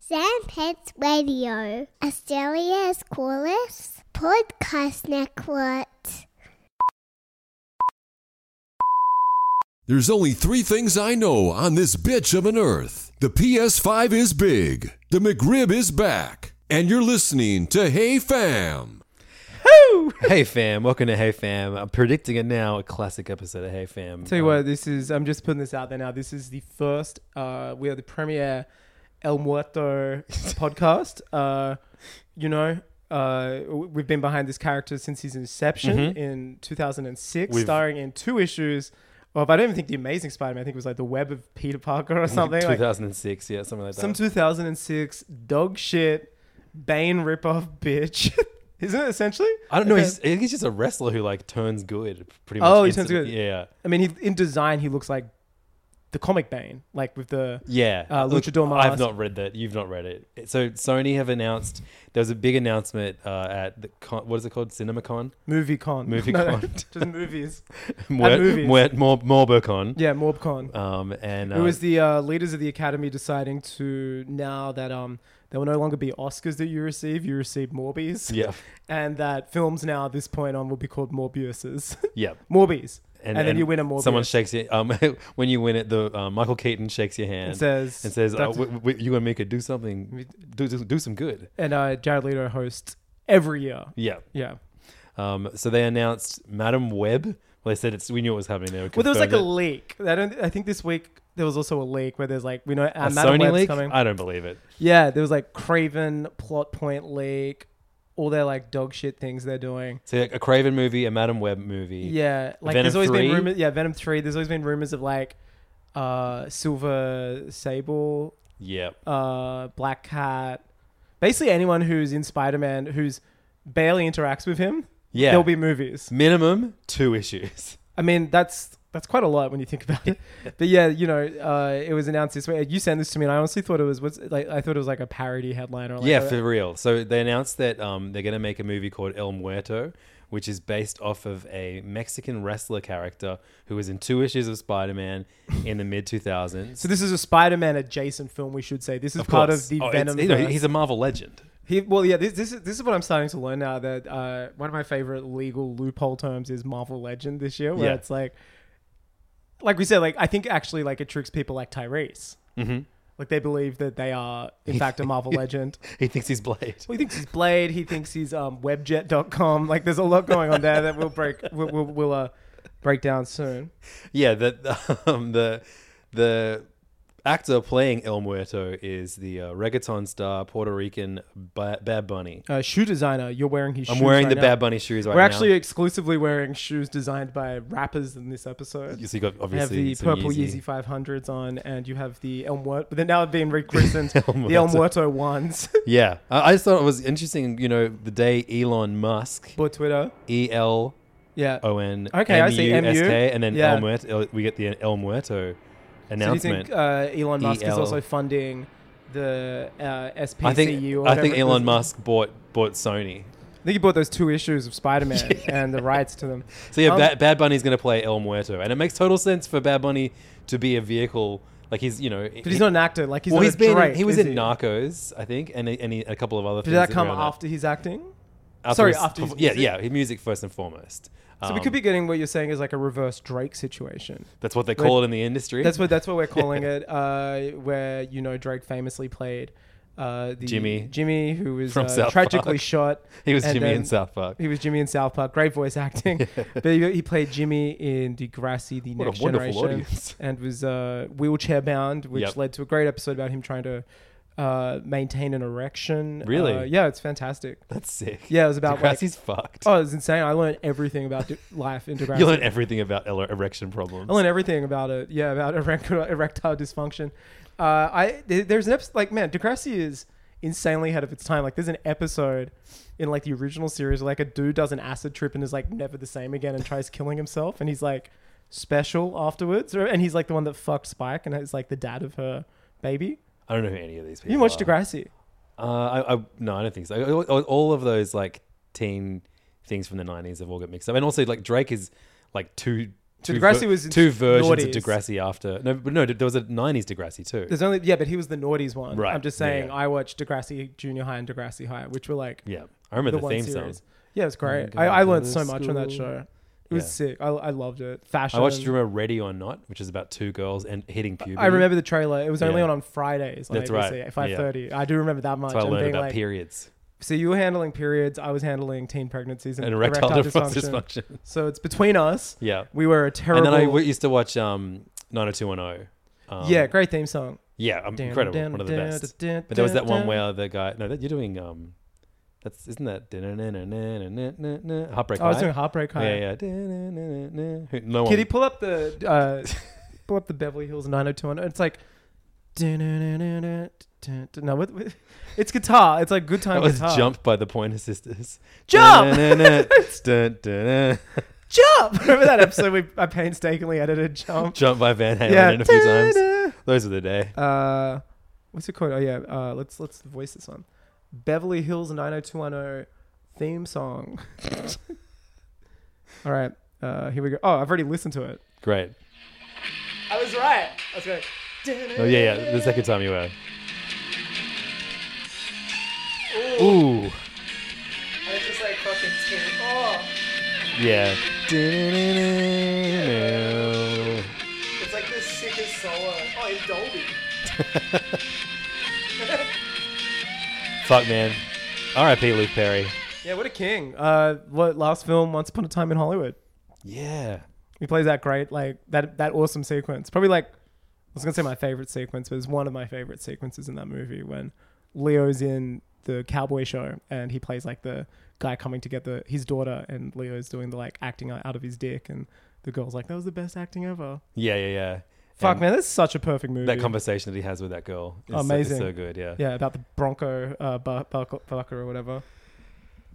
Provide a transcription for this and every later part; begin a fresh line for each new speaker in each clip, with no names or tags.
Sam Pets Radio, Australia's coolest podcast network.
There's only three things I know on this bitch of an earth. The PS5 is big, the McRib is back, and you're listening to Hey Fam.
hey fam, welcome to Hey Fam. I'm predicting it now, a classic episode of Hey Fam. Um,
Tell you what, this is. I'm just putting this out there now. This is the first. Uh, we are the premiere El Muerto podcast. Uh, you know, uh, w- we've been behind this character since his inception in 2006,
We've-
starring in two issues. Of, I don't even think the Amazing Spider-Man. I think it was like the Web of Peter Parker or something. like,
2006, yeah, something like that.
some 2006 dog shit, Bane ripoff bitch. Isn't it essentially?
I don't know.
Okay.
He's, I think he's just a wrestler who like turns good, pretty much.
Oh, he turns
instantly.
good.
Yeah,
I mean, he, in design, he looks like the comic Bane, like with the
yeah.
Uh,
Look,
Luchador
I've
mask.
not read that. You've not read it. So Sony have announced there was a big announcement uh, at the con- what is it called? CinemaCon,
Movie con.
Movie con.
just movies.
Mwet-
movies.
Mwet- Mor- MorboCon.
Yeah, MorbCon.
Um, and
it
uh,
was the uh, leaders of the academy deciding to now that um there will no longer be Oscars that you receive, you receive Morbies.
yeah,
And that films now at this point on will be called Morbiuses.
yeah.
Morbies. And, then you win a Morbius.
Someone shakes it. Um, when you win it, the uh, Michael Keaton shakes your hand
and says
and says, oh,
Dr.
w- w- "You gonna make it do something? Do, do do some good."
and uh, Jared Leto hosts every year.
Yeah.
Yeah.
Um, so they announced Madam Web. Well, they said it's. We knew it was happening. They were
Well, there was like a
confirmed it.
leak. I don't. I think this week there was also a leak where there's like we know
A
uh, Madam
Sony
Web's
leak.
coming.
I don't believe it.
Yeah, there was like Craven plot point leak, all their like dog shit things they're doing.
So like, a Craven movie, a Madam Web movie.
Yeah, like
Venom
there's always
3?
been rumors. Yeah, Venom three. There's always been rumors of like uh, Silver Sable,
Yeah.
uh, Black Cat, basically anyone who's in Spider Man who's barely interacts with him.
Yeah.
there'll be movies.
Minimum two issues.
I mean, that's that's quite a lot when you think about it. But yeah, you know, uh, it was announced this way. You sent this to me, and I honestly thought it was what's like. I thought it was like a parody headline or like
yeah,
a-
for real. So they announced that um, they're gonna make a movie called El Muerto, which is based off of a Mexican wrestler character who was in two issues of Spider-Man in the mid 2000s.
So this is a Spider-Man adjacent film, we should say. This is
Of
part
course.
of the
Oh, it's-
Venom.
you know,
verse.
he's a Marvel legend.
He, well, yeah. This, this is this is what I'm starting to learn now. That uh, one of my favorite legal loophole terms is Marvel Legend this year, where
Yeah.
it's like, like we said, like I think actually like it tricks people like Tyrese. Mm-hmm. Like they believe that they are in fact a Marvel legend.
He thinks he's Blade.
Well, he thinks he's Blade. He thinks he's um, Webjet.com. Like there's a lot going on there that we'll break. We'll, we'll, we'll uh, break down soon.
Yeah, the um, the the actor playing El Muerto is the uh, reggaeton star Puerto Rican ba- Bad Bunny.
Uh, shoe designer, you're wearing his.
I'm
shoes
wearing
right
the
now.
Bad Bunny shoes right
We're
now.
actually exclusively wearing shoes designed by rappers in this episode.
you see, got
I have
obviously
the
some
purple Yeezy. 500s on, and you have the Elm Wort. But they're now being rechristened the Elm
Muerto.
Muerto ones
Yeah, I, I just thought it was interesting. You know, the day Elon Musk
for Twitter.
E L
Yeah.
O N
Okay, I see,
M U S
MU.
K, and then
Yeah.
El Muerto. We get the El Muerto
So do you
announcement.
think uh, Elon Musk is
EL.
also funding the uh, SPCU?
I
or
think I
whatever
think
it
Elon
is?
Musk bought bought Sony.
I think he bought those two issues of Spider Man and the rights to them.
So yeah,
Um,
Bad, Bad Bunny's going to play El Muerto, and it makes total sense for Bad Bunny to be a vehicle. Like he's, you know,
But he's not an actor. Like he's
well,
not
he's
a
been.
Drake,
he was
is
in Narcos, I think, and and he, a couple of other.
Did
things
that come
around
after his acting?
After
sorry,
his
after his
perf- yeah,
music?
yeah, his music first and foremost.
So we
Um,
could be getting what you're saying is like a reverse Drake situation.
That's what they call it in the industry.
That's what that's what we're calling it. Uh, where you know Drake famously played uh, the
Jimmy.
Jimmy, who was
From
uh,
South
tragically
Park.
shot.
He was
and
Jimmy in
then-
South Park.
He was Jimmy in South Park. Great voice acting, but he, he played Jimmy in Degrassi, the
What a
next
wonderful
generation,
audience.
and was uh, wheelchair bound, which
Yep.
led to a great episode about him trying to uh, maintain an erection.
Really?
Uh, yeah, it's fantastic.
That's sick.
Yeah, it was about like,
Degrassi's fucked.
oh, it was insane. I learned everything about d- life in Degrassi.
you learn everything about ele- erection problems.
I learned everything about it. Yeah, about erectile, erectile dysfunction. Uh, I th- there's an episode like man, Degrassi is insanely ahead of its time. Like there's an episode in like the original series where like a dude does an acid trip and is like never the same again and tries killing himself and he's like special afterwards Or- and he's like the one that fucked Spike and is like the dad of her baby.
I don't know who any of these people.
You watched
are.
Degrassi.
Uh, I, I no, I don't think so. All- All, all of those like teen things from the nineties have all got mixed up, and also like Drake is like two. Two,
Degrassi was in
two versions
noughties.
of Degrassi after no, but no, there was a '90s Degrassi too.
There's only yeah, but he was the naughties one.
Right,
I'm just saying
yeah.
I watched Degrassi Junior High and Degrassi High, which were like
yeah, I remember the,
one
theme Oh
series.
song.
Yeah, it's great.
go
I, I
to
learned
the
so much on that
school.
show. It was
Yeah.
sick. I, I loved it. Fashion.
I watched do you remember Ready or Not, which is about two girls and hitting puberty.
I remember the trailer. It was only
Yeah.
on on Fridays on
That's right.
ABC at five thirty. I do remember that much.
That's how I
and
learned
being
about
like-
periods
So you were handling periods. I was handling teen pregnancies and,
and erectile, dysfunction.
So it's between us.
Yeah,
We were a
and
terrible.
then I w- used to watch um, 90210. Um,
yeah, great theme song.
yeah, um,
Dun,
incredible,
dun,
one of the
dun,
best.
dun, dun,
But there was that
dun,
one
dun.
where the guy. No, that you're doing. Um, that's isn't that da-na-na-na-na-na-na-na, heartbreak?
Oh, I was
High?
doing Heartbreak High.
Yeah, yeah. da-na-na-na-na. Who- No
Kitty,
one.
pull up the uh, pull up the Beverly Hills 90210. It's like no, what, what- it's guitar. It's like good time
That was
guitar.
Jump by the Pointer Sisters.
Jump!
Da-na-na-na, dun-dun-na.
jump. Remember that episode we I painstakingly edited jump.
Jump by Van Halen
Yeah,
in a few times.
da-da.
Those are the day.
Uh, what's it called? Oh yeah, uh, let's let's voice this one. Beverly Hills 90210 theme song. All right, uh, here we go. Oh, I've already listened to it.
Great.
I was right. I was right.
Oh yeah, yeah. The second time you were. Ooh.
I was just like fucking Oh,
Yeah. Da-na-na-na.
it's like the sickest solo. Oh, in Dolby.
Fuck man. R.I.P. Luke Perry.
Yeah, what a king. Uh, what last film? Once upon a time in Hollywood.
Yeah.
He plays that great, like that that awesome sequence. Probably like I was gonna say my favorite sequence, but it's one of my favorite sequences in that movie when Leo's in the cowboy show and he plays like the guy coming to get the his daughter, and Leo's doing the like acting out out of his dick, and the girl's like, "That was the best acting ever."
Yeah, yeah, yeah.
Fuck
And
man, that's such a perfect movie.
That conversation that he has with that girl is so- is
Amazing.
So, good, yeah.
yeah, about the Bronco uh, bu- buck- bucker or whatever.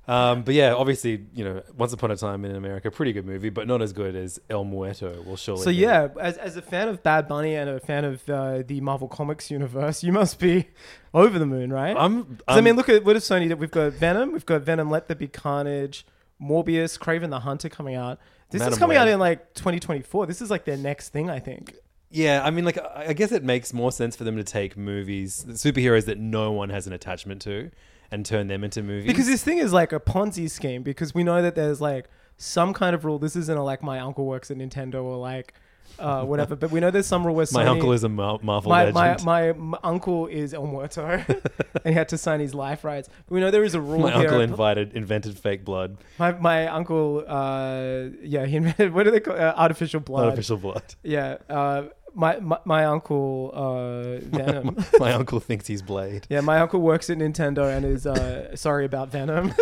Um, but yeah, obviously, you know, Once Upon a Time in America, pretty good movie, but not as good as El Muerto will surely.
So
be.
yeah, as, as a fan of Bad Bunny and a fan of uh, the Marvel Comics universe, you must be over the moon, right?
I'm.
'Cause, I
I'm-
mean, look at what if Sony did? We've got Venom, we've got Venom, Let There Be Carnage, Morbius, Craven the Hunter coming out. This is
Madam
coming out
Web.
in like 2024. This is like their next thing, I think.
Yeah, I mean, like, I I guess it makes more sense for them to take movies, superheroes that no one has an attachment to, and turn them into movies.
Because this thing is like a Ponzi scheme because we know that there's like some kind of rule. This isn't a, like my uncle works at Nintendo or like uh, whatever, but we know there's some rule where Sony,
my uncle is a Mar- Marvel
my,
legend.
my, my, my uncle is El Muerto and he had to sign his life rights. But we know there is a rule
My
here.
uncle invited, invented fake blood,
my, my uncle, uh, yeah, he invented, what do they call uh, Artificial blood.
artificial blood.
Yeah. Uh, my, my my uncle uh, Venom.
my uncle thinks he's Blade.
yeah, my uncle works at Nintendo and is uh, sorry about Venom.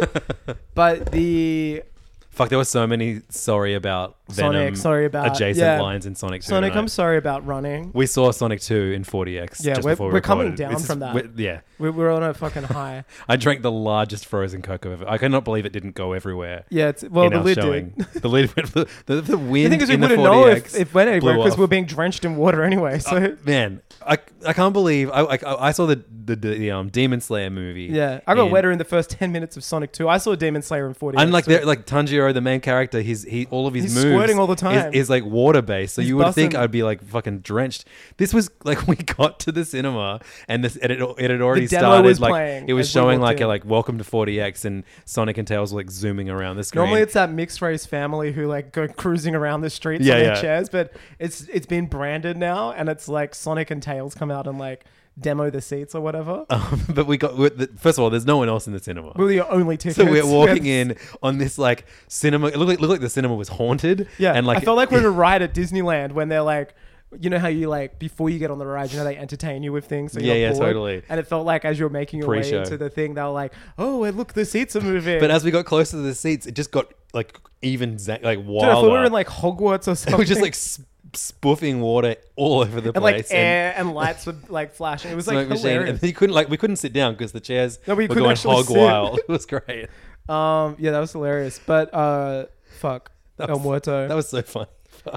but the
Fuck, there were so many sorry about Venom
Sonic, sorry about-
adjacent
yeah.
lines in Sonic 2.
Sonic,
tonight.
I'm sorry about running.
we saw Sonic 2 in 40X.
Yeah,
just
we're-
before we
we're coming
recorded.
down
This
from that.
we're- yeah.
We're, we're on a fucking high.
I drank the largest frozen cocoa ever. I cannot believe it didn't go everywhere.
Yeah, it's well
in
the
our
lid
showing.
did.
The lid went. The, the, the
The
wind
thing is, we
in the
wouldn't know if
40X
if went anywhere
blew
because
off. Uh,
we're being drenched in water anyway. So
Man, I, I can't believe I, I I saw the the, the um, Demon Slayer movie.
yeah, I got
in-
wetter in the first ten minutes of Sonic Two. I saw Demon Slayer in 40.
And like they're- like Tanjiro, the main character, he's he all of his
He's
moves
squirting all the time.
Is, is like water based, so
He's
you would think
busting.
I'd be like fucking drenched. This was like we got to the cinema and this and it, it had already
demo
started.
was
like
playing
it was
as we
showing
walked
like a
in.
like Welcome to 40x and Sonic and Tails were, like zooming around the screen.
Normally it's that mixed race family who like go cruising around the streets
Yeah,
on their
yeah.
chairs, but it's it's been branded now, and it's like Sonic and Tails come out and like demo the seats or whatever.
Um, but we got we're- the- first of all, there's no one else in the cinema.
we were the only tickets.
So we're walking
Yeah.
in on this like cinema. It looked like, looked like the cinema was haunted.
Yeah,
and like
I felt like we were at a ride at Disneyland when they're like. you know how you like before you get on the ride, you know they entertain you with things. So
Yeah,
you're
yeah,
bored?
totally.
And it felt like as you're making your
Pre-show.
way into the thing, they were like, "Oh, and look, the seats are moving."
But as we got closer to the seats, it just got like even za- like
Dude, I thought
wilder.
we were in like Hogwarts or something.
it was just like sp- spoofing water all over the
and like
place.
air and lights would like flash. It was like
smoke machine,
hilarious.
and he couldn't like we couldn't sit down because the chairs
No, we
were
couldn't
going
actually
hog
sit.
wild. It was great.
Um, yeah, that was hilarious. But uh, fuck,
That
El
was-
Muerto.
That was so funny.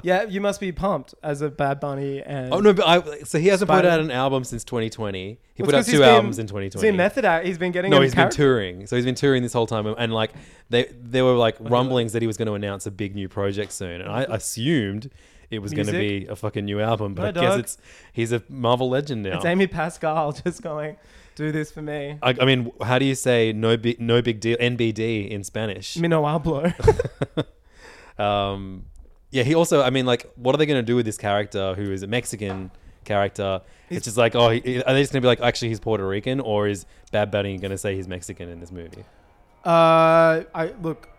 yeah, you must be pumped as a Bad Bunny and
Oh no, but I, so he hasn't
Spider-
put out an album since 2020. He
Well,
put out
it's 'cause he's
two
been-
albums in 2020.
He's been method out. He's been getting.
no,
in
he's been
character.
touring. So he's been touring this whole time, and, and, like they there were like rumblings that he was going to announce a big new project soon, and I assumed it was going to be
Music?
a fucking new album, but
No,
I guess
dog.
it's he's a Marvel legend now.
It's Amy Pascal just going, do this for me.
I, I mean, how do you say no big no big deal NBD in Spanish?
Mino hablo.
Um, yeah, he also. I mean, like, what are they going to do with this character who is a Mexican character? it's just like, oh, he, are they just going to be like, actually, he's Puerto Rican, or is Bad Bunny going to say he's Mexican in this movie?
Uh, I look.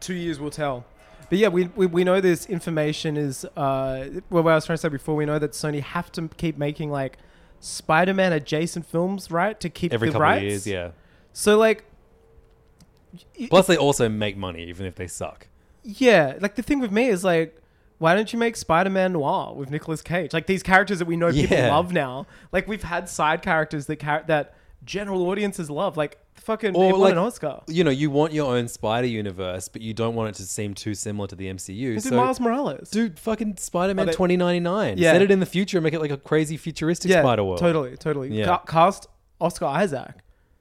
Two years will tell, but yeah, we we, we know this information is. Uh, well, what I was trying to say before, we know that Sony have to keep making like Spider-Man adjacent films, right? To keep
Every
the
couple
rights.
of years, yeah.
So like,
Plus, they also make money, even if they suck.
yeah, like the thing with me is like. Why don't you make Spider-Man noir with Nicolas Cage? Like these characters that we know people
Yeah.
love now. Like we've had side characters that char- that general audiences love. Like fucking
Or
it won
like-
an Oscar.
You know, you want your own Spider Universe, but you don't want it to seem too similar to the MCU.
This is
so
Miles Morales.
do fucking Spider Man
Oh, they-
2099.
Yeah.
Set it in the future and make it like a crazy futuristic Spider World.
Totally, totally.
Yeah.
Ca- cast Oscar Isaac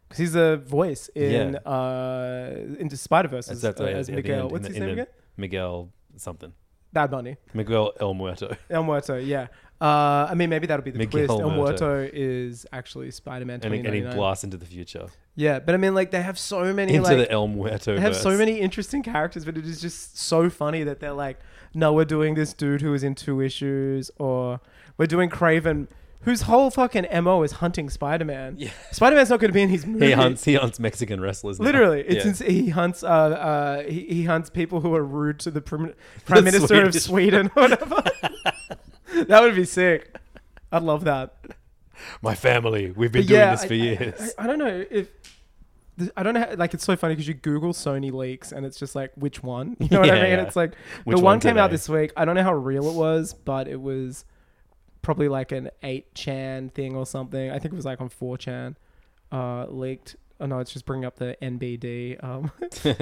because he's a voice in
Yeah.
uh into Spider Verse as,
That's
uh,
what I-
as
at the
Miguel.
end,
What's
in the-
his name
in the-
again?
Miguel something.
Bad Bunny.
Miguel El Muerto.
El Muerto. Yeah. Uh, I mean, maybe that'll be the
Miguel
twist. El
Muerto.
Muerto is actually Spider Man.
and, he- and he
Yeah,
blasts into the future.
but I mean, like they have so many
into
like
the El Muerto.
they have so many interesting characters, but it is just so funny that they're like, no, we're doing this dude who is in two issues, or we're doing Craven. Whose whole fucking mo is hunting Spider Man.
Yeah.
Spider Man's not going to be in his movie.
He hunts. He hunts Mexican wrestlers. now.
Literally,
Yeah.
it's ins- he hunts. Uh, uh, he, he hunts people who are rude to the prim- prime minister of
Swedish.
Sweden or whatever. that would be sick. I'd love that.
my family. We've been
But
doing
yeah,
this for
I, I-
years.
I, I don't know if th- I don't know. How, like, it's so funny because you Google Sony leaks and it's just like which one. You know what I
Yeah,
mean?
yeah.
It's like
Which
the
one
one came out
today?
this week. I don't know how real it was, but it was probably like an eight chan thing or something. I think it was like on four chan uh, leaked. Oh no, it's just bringing up the NBD. Um,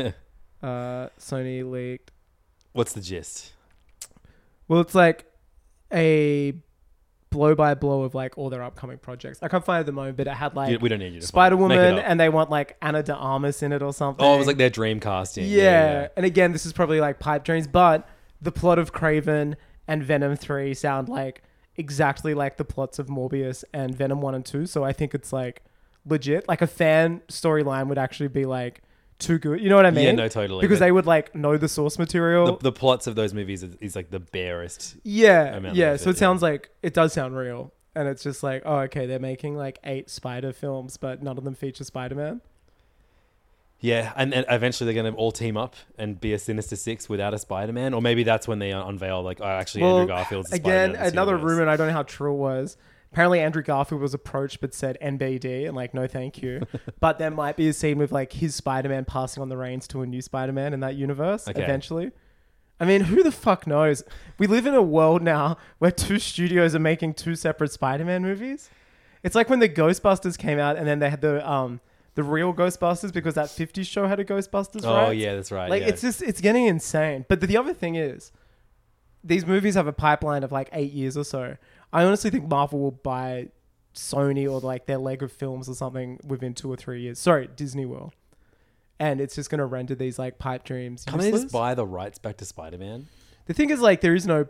uh, Sony leaked.
What's the gist?
Well, it's like a blow by blow of like all their upcoming projects. I can't find it at the moment, but it had like
You- we don't need you. to find
Spider
it. Make it
Woman,
up.
and they want like Anna de Armas in it or something.
oh, it was like their dream casting.
yeah. And again, this is probably like pipe dreams, but the plot of Craven and Venom three sound like exactly like the plots of Morbius and Venom one and two. So I think it's like legit. Like a fan storyline would actually be like too good. You know what I mean?
Yeah, no, totally.
Because
But-
they would like know the source material.
The, the plots of those movies is, is like the barest.
Yeah,
amount
yeah.
of
So
it,
it
yeah.
sounds like it does sound real, and it's just like, oh, okay, they're making like eight Spider films, but none of them feature Spider Man.
Yeah, and then eventually they're going to all team up and be a Sinister Six without a Spider-Man, or maybe that's when they un- unveil like, oh, actually Andrew Garfield's the
again,
Spider-Man in this
another
universe.
rumor, and I don't know how true it was. Apparently, Andrew Garfield was approached but said NBD and like, no, thank you. but there might be a scene with like his Spider Man passing on the reins to a new Spider Man in that universe
Okay.
eventually. I mean, who the fuck knows? We live in a world now where two studios are making two separate Spider Man movies. It's like when the Ghostbusters came out and then they had the um the real Ghostbusters because that 50s show had a Ghostbusters,
Oh
right?
yeah, that's right.
Like
yeah.
it's just it's getting insane. But the other thing is, these movies have a pipeline of like eight years or so. I honestly think Marvel will buy Sony or like their leg of films or something within two or three years. Sorry, Disney will, and it's just gonna render these like pipe dreams.
Can they just
useless.
buy the rights back to Spider-Man?
the thing is, like, there is no.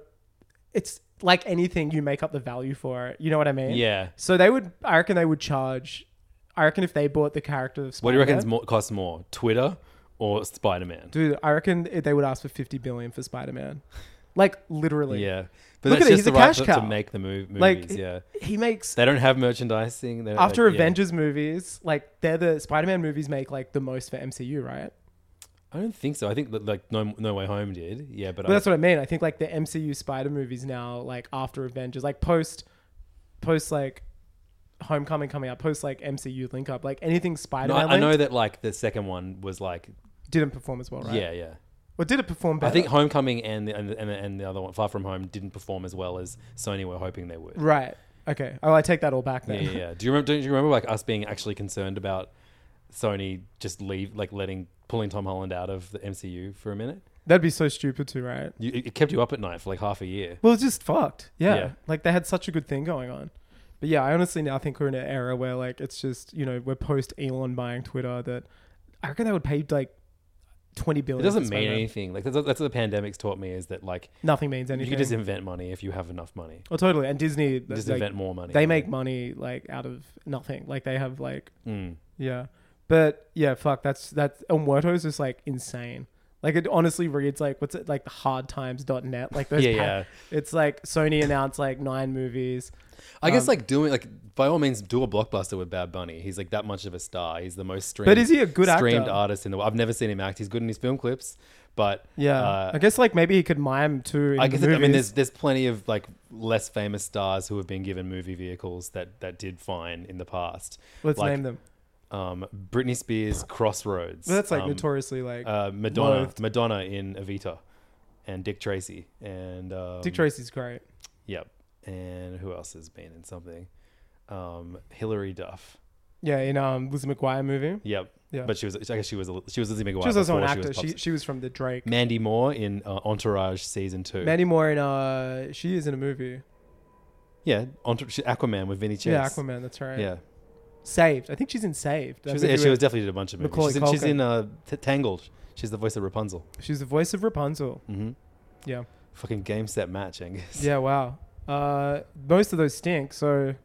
It's like anything you make up the value for it. You know what I mean?
Yeah.
So they would. I reckon they would charge. I reckon if they bought the character of Spider-Man,
What do you reckon's more, costs more, Twitter or Spider-Man?
Dude, I reckon it- they would ask for 50 billion for Spider Man. Like, literally.
Yeah, but
Look
that's
at it,
just
he's
the
a
right
cash
to,
cow.
to make the mov- movies.
Like, he-
yeah,
He makes.
they don't have merchandising. They're
After
like, yeah.
Avengers movies, like, they're the Spider Man movies make, like, the most for MCU, right?
I don't think so. I think that, like No No Way Home did. Yeah, but,
But
I,
that's what I mean. I think like the MCU Spider movies now, like after Avengers, like post, post like Homecoming coming out, post like MCU link up, like anything Spider
no,
Man.
I, I know that like the second one was like
didn't perform as well, right?
yeah yeah.
Or did it perform better?
I think Homecoming and the, and the, and, the, and the other one, Far From Home, didn't perform as well as Sony were hoping they would.
Right. Okay. Oh, I take that all back
Yeah,
then.
yeah, yeah. Do you remember? Don't you remember like us being actually concerned about Sony just leave, like letting pulling Tom Holland out of the MCU for a minute?
That'd be so stupid too, right?
You, it it kept you up at night for like half a year.
Well, it's just fucked. Yeah.
Yeah.
Like they had such a good thing going on. But yeah, I honestly now think we're in an era where like it's just, you know, we're post Elon buying Twitter that I reckon they would pay like 20
It
billion. for
doesn't mean
Spider-Man.
anything. Like that's, that's what the pandemic's taught me is that like
Nothing means anything.
you can just invent money if you have enough money.
oh, totally. And Disney,
Just
like,
invent more money.
they make money like out of nothing. Like they have like,
Mm.
yeah. But yeah, fuck, that's, that's, El Muerto is just like insane. Like it honestly reads like, what's it, like the hardtimes.net. Like those
Yeah,
pa-
yeah.
It's like Sony announced like nine movies.
I guess
Um,
like doing like by all means do a blockbuster with Bad Bunny. He's like that much of a star. He's the most streamed.
But is he a good actor?
streamed artist in the world? I've never seen him act. He's good in his film clips, but
Yeah,
uh,
I guess like maybe he could mime too. In
I guess
the
I mean
movies.
there's there's plenty of like less famous stars who have been given movie vehicles that that did fine in the past.
let's
like,
name them.
Um, Britney Spears, Crossroads.
But that's like
um,
notoriously like
uh, Madonna,
loathed.
Madonna in Evita, and Dick Tracy, and um,
Dick Tracy's great.
Yep, and who else has been in something? Um, Hilary Duff.
Yeah, in um Lizzie McGuire movie,
Yep.
Yeah.
But she was. I guess she was. a- She was Lizzie McGuire.
she was also an
before
actor.
was pop
She
star.
she was from the Drake.
Mandy Moore in uh, Entourage season two.
Mandy Moore in uh she is in a movie.
yeah, Entour- she- Aquaman with Vinny Chase.
Yeah, Aquaman. That's right.
Yeah,
Saved. I think she's in Saved.
she was. Yeah, she was definitely did a bunch of movies.
Macaulay
She's in, she's
Culkin.
in uh, T- Tangled. She's the voice of Rapunzel.
she's the voice of Rapunzel.
hmm
Yeah.
Fucking game set match, Angus.
Yeah. Wow. Uh, most of those stink. So,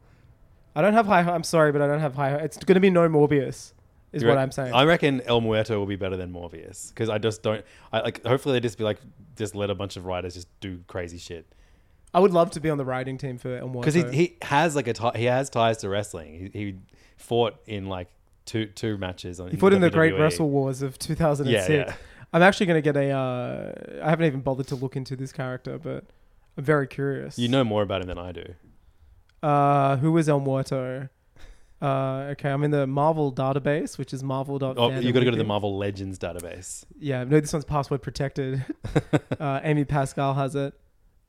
I don't have high. ho- I'm sorry, but I don't have high. ho- It's gonna be no Morbius, is
You
what
rec-
I'm saying.
I reckon El Muerto will be better than Morbius because I just don't. I like. Hopefully they just be like, just let a bunch of writers just do crazy shit
I would love to be on the writing team for El Muerto.
because he, he has like a ti- he has ties to wrestling. He, he fought in like two two matches on. E.
He fought in the Great
WWE.
Wrestle Wars of 2006.
Yeah, yeah.
I'm actually going to get a. Uh, I haven't even bothered to look into this character, but I'm very curious.
You know more about him than I do.
uh, who was El Muerto? Uh, okay, I'm in the Marvel database, which is Marvel.
Oh, you got to go to the Marvel Legends database.
Yeah, no, this one's password protected. uh, Amy Pascal has it.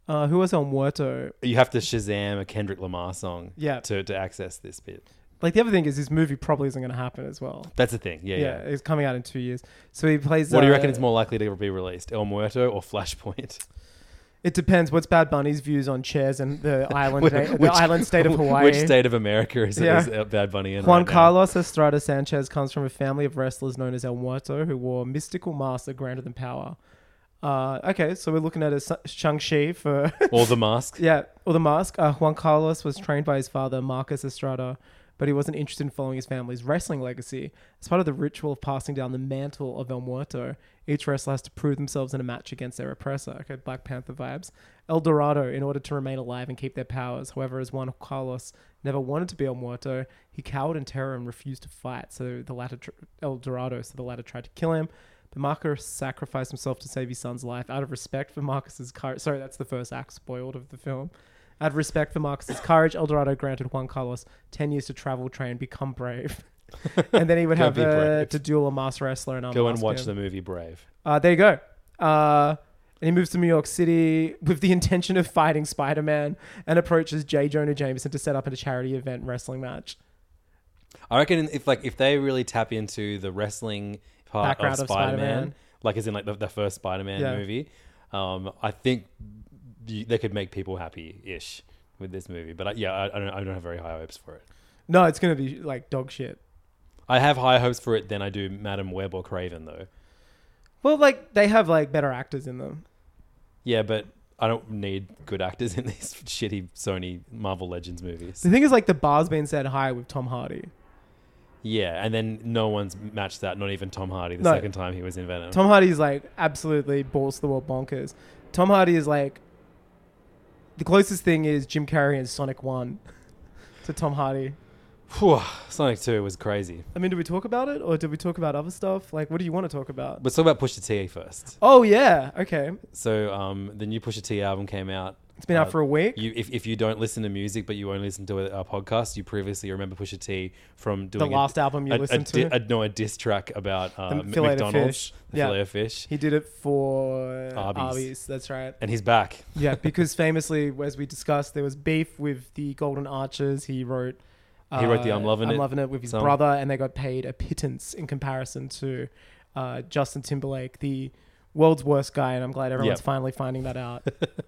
Uh, who was El Muerto?
You have to Shazam a Kendrick Lamar song
Yeah.
to, to access this bit.
Like the other thing is, this movie probably isn't going to happen as well.
That's the thing. Yeah,
Yeah,
yeah.
it's coming out in two years. So he plays.
What do you reckon
uh,
is more likely to be released, El Muerto or Flashpoint?
It depends. What's Bad Bunny's views on chairs and the island, the island state of Hawaii?
Which state of America is,
Yeah.
is Bad Bunny in?
Juan
right now?
Carlos Estrada Sanchez comes from a family of wrestlers known as El Muerto, who wore mystical master grander than power. Uh, okay, so we're looking at a Su- Shang-Chi for
Or the mask.
yeah, or the mask. Uh, Juan Carlos was trained by his father, Marcus Estrada, but he wasn't interested in following his family's wrestling legacy. As part of the ritual of passing down the mantle of El Muerto, each wrestler has to prove themselves in a match against their oppressor. Okay, Black Panther vibes. El Dorado, in order to remain alive and keep their powers. However, as Juan Carlos never wanted to be El Muerto, he cowered in terror and refused to fight. So the latter, tr- El Dorado, so the latter tried to kill him. But Marcus sacrificed himself to save his son's life out of respect for Marcus's courage. Sorry, that's the first act spoiled of the film. Out of respect for Marcus's courage, El Dorado granted Juan Carlos 10 years to travel, train, become brave. and then he would
Go
have
be
uh,
brave.
to duel a masked wrestler and
Go and
unmask
watch
him.
the movie Brave.
Uh, there you go. Uh, and he moves to New York City with the intention of fighting Spider Man and approaches J. Jonah Jameson to set up a charity event wrestling match.
I reckon if like if they really tap into the wrestling part
Background
of
of
Spider
Spider-Man.
Man, like as in like the, the first Spider Man
Yeah.
movie, um, I think you, they could make people happy ish with this movie. But I, yeah, I, I don't I don't have very high hopes for it.
No, it's going to be like dog shit.
I have higher hopes for it than I do Madam Web or Craven though.
Well, like, they have like better actors in them.
Yeah, but I don't need good actors in these shitty Sony Marvel Legends movies.
The thing is, like, the bar's been set high with Tom Hardy.
Yeah, and then no one's matched that. Not even Tom Hardy the
No.
second time he was in Venom.
Tom Hardy's like absolutely balls to the wall bonkers. Tom Hardy is like the closest thing is Jim Carrey and Sonic One to Tom Hardy.
Phew, Sonic 2 was crazy.
I mean, did we talk about it or did we talk about other stuff? Like, what do you want to talk about?
Let's talk about Pusha T first.
Oh yeah, okay.
So um, the new Pusha T album came out.
It's been out for a week.
Uh, You, if, if you don't listen to music but you only listen to our podcast, you previously remember Pusha T from doing a-
last album you
a,
listened
a di-
to?
A, no, a diss track about uh,
The
M-
Filet of
McDonald's,
Fish.
the
Yeah.
filet of fish,
He did it for Arby's.
Arby's.
That's right.
and he's back.
Yeah, because famously, as we discussed, there was beef with the Golden Archers. He wrote. uh,
He wrote the I'm Lovin' It
with his
song.
brother, and they got paid a pittance in comparison to uh, Justin Timberlake, the world's worst guy. And I'm glad everyone's
Yeah.
finally finding that out. it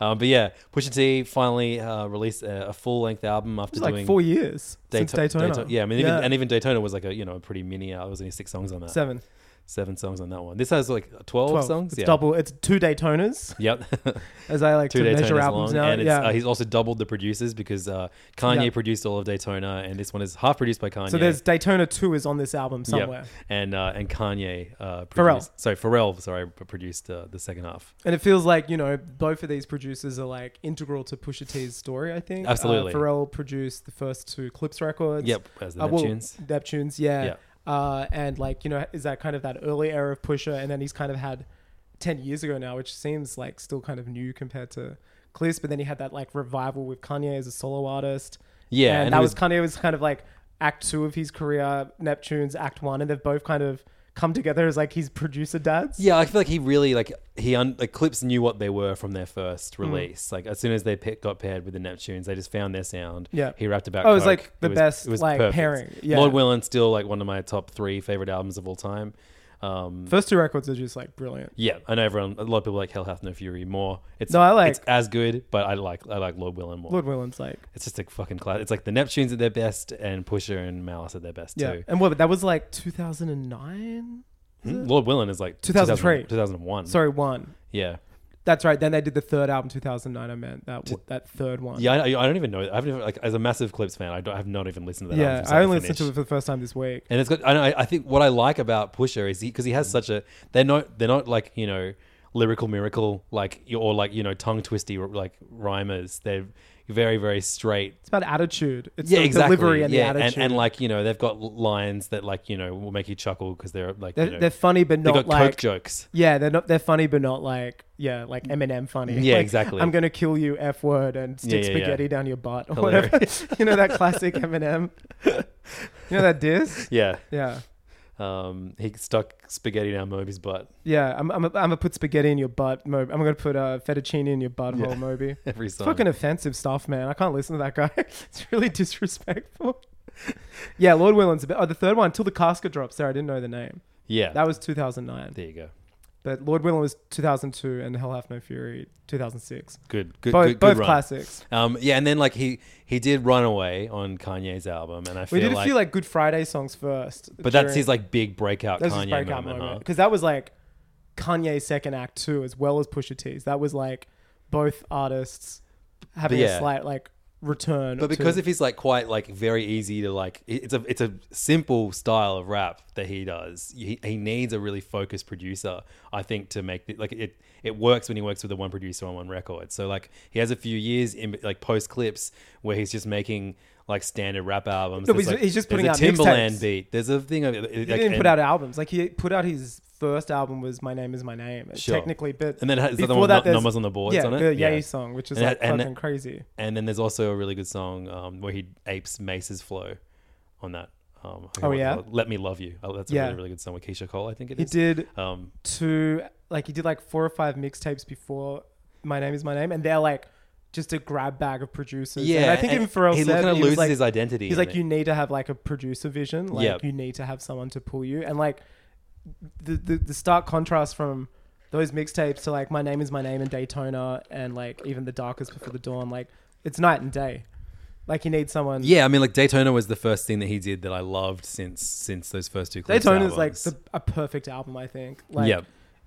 Um, but yeah, Pusha T finally uh, released a, a full length album after
was
doing
like four years since
Dayto-
Daytona.
Dayto- yeah, I mean, even, and even Daytona was like a you know a pretty mini album. There was only six songs on that, seven,
seven,
songs on that one. This has like 12,
12.
songs.
It's
yeah,
double. It's two Daytonas,
Yep.
as I like
two
to
Daytonas
measure albums
long,
now.
and it's,
yeah.
uh, he's also doubled the producers because uh, Kanye
Yeah.
produced all of Daytona, and this one is half produced by Kanye.
so there's Daytona two is on this album
Yep.
somewhere,
and uh, and Kanye uh,
Pharrell.
produced, sorry Pharrell, sorry p- produced uh, the second half.
and it feels like you know both of these producers are like integral to Pusha T's story. I think Uh,
Absolutely.
Pharrell produced the first two Clips records.
Yep, as the
Uh, well,
Neptunes.
Neptunes, yeah.
Yeah.
Uh, and like you know, is that kind of that early era of Pusha, and then he's kind of had ten years ago now, which seems like still kind of new compared to Clips. But then he had that like revival with Kanye as a solo artist.
Yeah,
and,
and
that
it
was,
was-
Kanye was kind of like Act Two of his career, Neptunes Act One, and they've both kind of come together as like his producer dads.
Yeah, I feel like he really like he un- like Clips knew what they were from their first release. Like as soon as they pick, got paired with the Neptunes, they just found their sound.
Yeah.
he rapped about.
Oh, it was,
Coke.
like, the best, like, pairing. Yeah.
Lord Willin still like one of my top three favorite albums of all time. Um,
First two records are just like brilliant.
yeah, I know everyone. A lot of people like Hell Hath No Fury more. It's
No, I like-
it's as good, but I like I like Lord Willin more.
Lord Williams, like
it's just a fucking class. It's like the Neptunes at their best and Pusher and Malice at their best
yeah,
too.
and what that was like two thousand and nine.
Hmm? Lord Willin is like
2003.
2000 2001.
Sorry, one.
Yeah.
That's right. Then they did the third album, 2009. I meant that that third one.
Yeah, I, I don't even know. I've never like as a massive Clips fan, I, don't, I have not even listened to that.
yeah.
album from
I
start
only listened to
finish.
it for the first time this week.
and it's got. I, know, I I think what I like about Pusher is because he, has such a. They're not. They're not like you know, lyrical miracle like or like you know tongue twisty like rhymers. They're very very straight
It's about attitude. It's
yeah,
the
exactly.
delivery and
yeah,
the attitude.
And, and like you know, they've got l- lines that like you know will make you chuckle because they're like
they're,
you know,
they're funny, but
they've
not
got
like.
coke jokes.
Yeah, they're not. They're funny, but not like yeah, like Eminem funny.
Mm. Yeah,
Like,
exactly.
I'm gonna kill you, f word, and stick
Yeah, yeah, yeah.
spaghetti down your butt or whatever. you know that classic Eminem. you know that diss.
Yeah,
Yeah,
um, he stuck spaghetti down Moby's butt
yeah. I'm I'm, I'm gonna put spaghetti in your butt, Moby. I'm gonna put uh, fettuccine in your butthole, Moby.
every song.
Fucking offensive stuff, man. I can't listen to that guy. it's really disrespectful. yeah, Lord Willin's a bit. Oh, the third one, Till the Casket Drops. There, I didn't know the name.
yeah,
That was 2009.
there you go.
But Lord Willin was 2002 and Hell Hath No Fury 2006.
Good, good,
both
good, good
both
run.
classics.
Um, yeah, and then like he he did Runaway on Kanye's album, and I feel
We did
like,
a few like Good Friday songs first.
but that's his like big breakout
That was
Kanye
his breakout
moment.
moment.
huh?
Because that was like Kanye's second act too, as well as Pusha T's. That was like both artists having
yeah.
a slight like return.
But because
to,
if he's like quite like very easy to like, it- it's a it's a simple style of rap that he does. He, he needs a really focused producer, I think, to make the, like it it works when he works with the one producer on one record. So like he has a few years in like post clips where he's just making like standard rap albums.
No, but
There's,
he's-
like-
he's just
there's
putting
a
out
Timberland
mixtapes.
beat. There's a thing. Of, he
He didn't put out albums. Like he put out his first album was My Name Is My Name,
Sure.
technically, but
And then it has the other
before
one,
that,
Nu-
there's-
Numbers on the Boards
yeah,
on it?
the Yay
Yeah.
song, which is
And it
like
had- and
fucking
it-
crazy.
And then there's also a really good song um, where he apes Mace's flow on that. Um, I forget
Oh,
what it's
yeah?
called. Let Me Love You. Oh, that's a
Yeah.
really, really good song with Keisha Cole, I think it
He
is.
did
Um,
two, like he did like four or five mixtapes before My Name Is My Name, and they're like just a grab bag of producers.
yeah,
and I think
and
even Pharrell
he
said
kind of
he was
loses
like,
his identity.
He's
in
like,
it.
you need to have like a producer vision. Like
Yep.
you need to have someone to pull you. And like the the, the stark contrast from those mixtapes to like My Name Is My Name and Daytona and like even The Darkest Before the Dawn. Like it's night and day. Like you need someone.
yeah, I mean, like Daytona was the first thing that he did that I loved since since those first two. Clips
Daytona is like
albums.
the, a perfect album. I think. Like
Yep.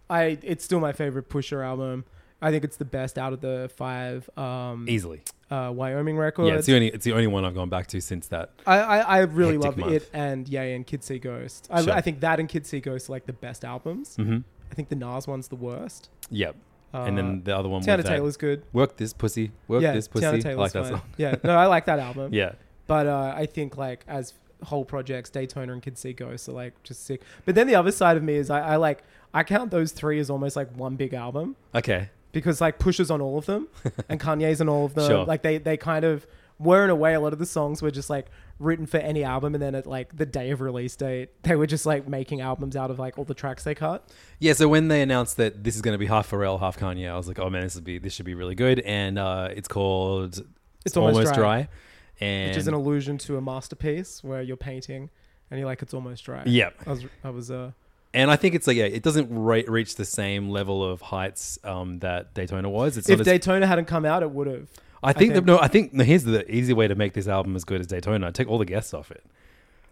I it's still my favorite Pusher album. I think it's the best out of the five um,
easily.
uh, Wyoming records.
Yeah, it's the only it's the only one I've gone back to since that.
I, I, I really
Hectic
love
month.
it and Yay and Kids See Ghost. I,
Sure.
I think that and Kids See Ghost are like the best albums. Mm-hmm. I think the Nas one's the worst.
Yep, and then the other one.
Tiana
with that-
Uh, Taylor's good.
Work this pussy. Work
yeah,
this
Tiana
pussy. I
Taylor's
like that
fine.
song.
yeah, no, I like that album.
Yeah,
But uh, I think like as whole projects, Daytona and Kid See Ghost are like just sick. But then the other side of me is I, I like I count those three as almost like one big album
Okay.
because like Pusher's on all of them and Kanye's on all of them.
Sure.
Like they they kind of were in a way a lot of the songs were just like written for any album and then at like the day of release date they were just like making albums out of like all the tracks they cut.
Yeah, so when they announced that this is going to be half Pharrell, half Kanye, I was like, oh man, this would be this should be really good. And uh, it's called
It's Almost Dry.
and
which is an allusion to a masterpiece where you're painting and you're like it's almost dry.
Yep.
I was I was uh
and I think it's like yeah, it doesn't re- reach the same level of heights um, that Daytona was. It's
if
not as,
Daytona hadn't come out it would have.
I think,
think-
The, no, I think no, here's the easy way to make this album as good as Daytona: take all the guests off it.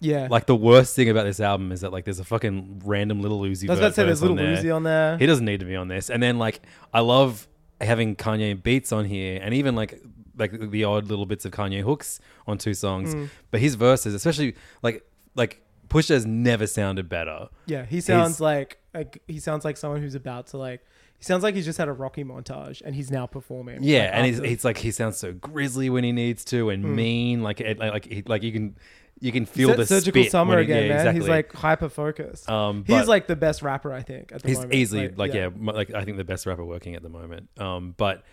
Yeah.
Like the worst thing about this album is that like there's a fucking random little Uzi.
I was about to say, there's
verse
Lil Uzi on there.
He doesn't need to be on this. And then like I love having Kanye beats on here, and even like like the odd little bits of Kanye hooks on two songs.
Hmm.
But his verses, especially like like Pusha's never sounded better.
Yeah, he sounds like, like he sounds like someone who's about to like he sounds like he's just had a Rocky montage and he's now performing.
Yeah,
like, uh, Hmm.
and it's,
after-
it's like he sounds so grisly when he needs to, and mean. Like it, like like, he, like you can you can feel
Sur-
the
surgical
spit
summer
when he-
again,
yeah,
man.
Exactly.
He's like hyper focused.
Um,
he's
but-
like the best rapper I think at the
he's
moment.
easily like, yeah, mu- like I think the best rapper working at the moment. Um, but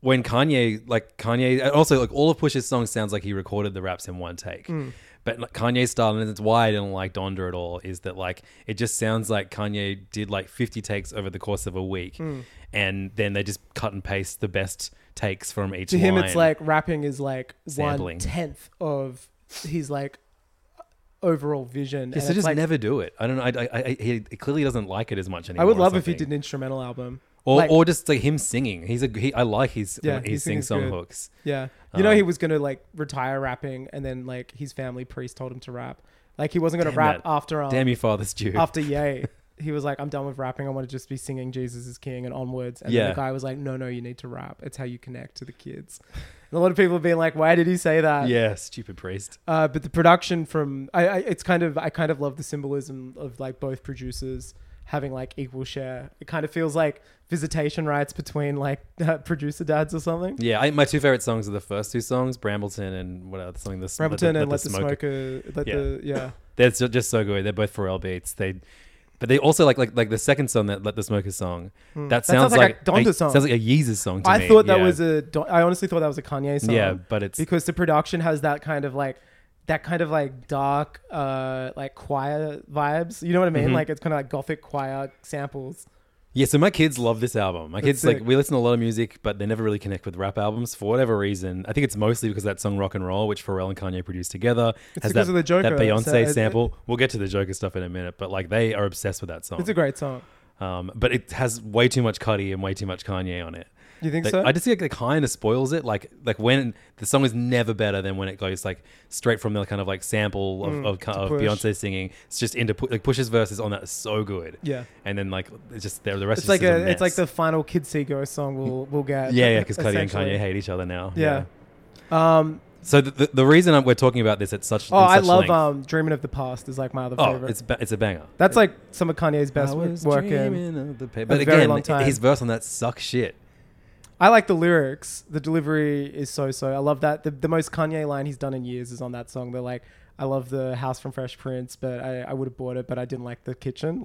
when Kanye like Kanye and also like all of Push's songs sounds like he recorded the raps in one take.
Hmm.
But like, Kanye's style, and it's why I didn't like Donda at all, is that like it just sounds like Kanye did like 50 takes over the course of a week,
Hmm.
and then they just cut and paste the best takes from each.
To him, it's
line.
like rapping is like one
Sampling.
tenth of his like overall vision.
Yeah,
and
so
it's
just
like,
never do it. I don't know. I, I, I, he he clearly doesn't like it as much anymore.
I would
or
love if he
something.
did an instrumental album.
or
Like-
or just like him singing. He's a he, I like his
Yeah,
his
his
sing
singing's
song
good.
hooks.
Yeah. You know, he
Um,
was going to like retire rapping and then like his family priest told him to rap. Like he wasn't going to
Damn
rap
that.
after um,
Damn you, Father Stew.
after Yay. He was like, I'm done with rapping. I want to just be singing Jesus is King and onwards. And then
Yeah.
the guy was like, No, no, you need to rap. It's how you connect to the kids. And a lot of people have been like, Why did he say that?
yeah, stupid priest.
Uh, but the production from I, I, it's kind of I kind of love the symbolism of like both producers having like equal share. It kind of feels like visitation rights between like producer dads or something.
Yeah, I, my two favorite songs are the first two songs, Brambleton and what other song? The Sm-
Brampton
Let the-
and
Let
let
the
the smoker, let
Yeah.
the yeah.
They're ju- just so good. They're both Pharrell beats. They, but they also like like like the second song that Let the Smoker song. That sounds,
Hmm. sounds like a Donda song.
Sounds like a Yeezus song. To
I
me.
thought that
Yeah.
was a Do- I honestly thought that was a Kanye song.
Yeah, but it's-
because the production has that kind of like that kind of like dark uh like choir vibes. You know what I mean?
Mm-hmm.
Like it's kind of like gothic choir samples.
Yeah, so my kids love this album. My kids like
sick.
we listen to a lot of music, but they never really connect with rap albums for whatever reason. I think it's mostly because that song "Rock and Roll," which Pharrell and Kanye produced together, has
because
that,
of the Joker.
that
So
Beyonce
it- it-
sample. we'll get to the Joker stuff in a minute, but like they are obsessed with that song.
It's a great song.
um, but it has way too much Cudi and way too much Kanye on it.
You think
Like,
so?
I just think it kind of spoils it. Like like when the song is never better than when it goes like straight from the kind of like sample of of, ki- of
Mm, Push.
Beyonce singing. It's just into pu- like Push's verses on that is so good.
Yeah.
and then like it's just the the rest.
it's
is
like
just
a,
mess.
it's like the final Kid See Ghost song we'll we'll get.
Yeah, yeah, because Cuddy and
essentially.
Kanye hate each other now.
Yeah. Um.
So the, the, the reason I'm, we're talking about this at such
Oh,
in
I
such
love
length-
um "Dreaming of the Past" is like my other
oh,
favorite.
it's ba- it's a banger.
That's like some of Kanye's best
I was
work. in.
dreaming of the pa- but
a very
again,
long time.
his verse on that sucks shit.
I like the lyrics. The delivery is so so. I love that. The, the most Kanye line he's done in years is on that song. They're like, I love the house from Fresh Prince, but I, I would have bought it, but I didn't like the kitchen.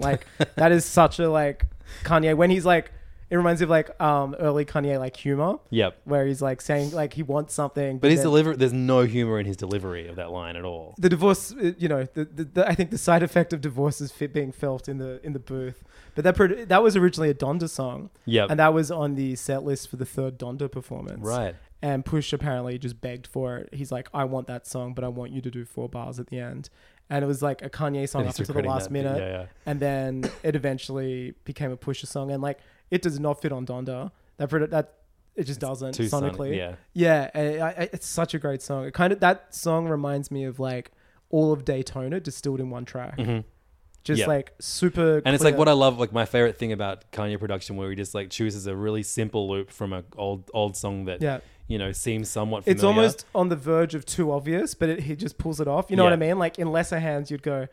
Like that is such a like Kanye when he's like it reminds me of like um early Kanye like humor.
Yep.
Where he's like saying like he wants something.
But his
then-
delivery, there's no humor in his delivery of that line at all.
the divorce, uh, you know, the, the, the, I think the side effect of divorce is fit being felt in the in the booth. But that produ- that was originally a Donda song,
Yep.
and that was on the set list for the third Donda performance,
Right.
And Push apparently just begged for it. He's like, "I want that song, but I want you to do four bars at the end." And it was like a Kanye song
And
up
he's
until the
recording
last
that,
minute,
yeah, yeah.
and then it eventually became a Pusher song, and like it does not fit on Donda. That produ- that it just doesn't
too sonic,
sonically,
yeah.
yeah, and I, I, it's such a great song. It kind of that song reminds me of like all of Daytona distilled in one track. Just
Mm-hmm. Yeah.
like super,
And it's like
uh,
what I love, like my favorite thing about Kanye production, where he just like chooses a really simple loop from a old old song that
Yeah.
you know seems somewhat. Familiar.
It's almost on the verge of too obvious, but it, he just pulls it off. You know what I
Yeah.
mean? Like in lesser hands, you'd go.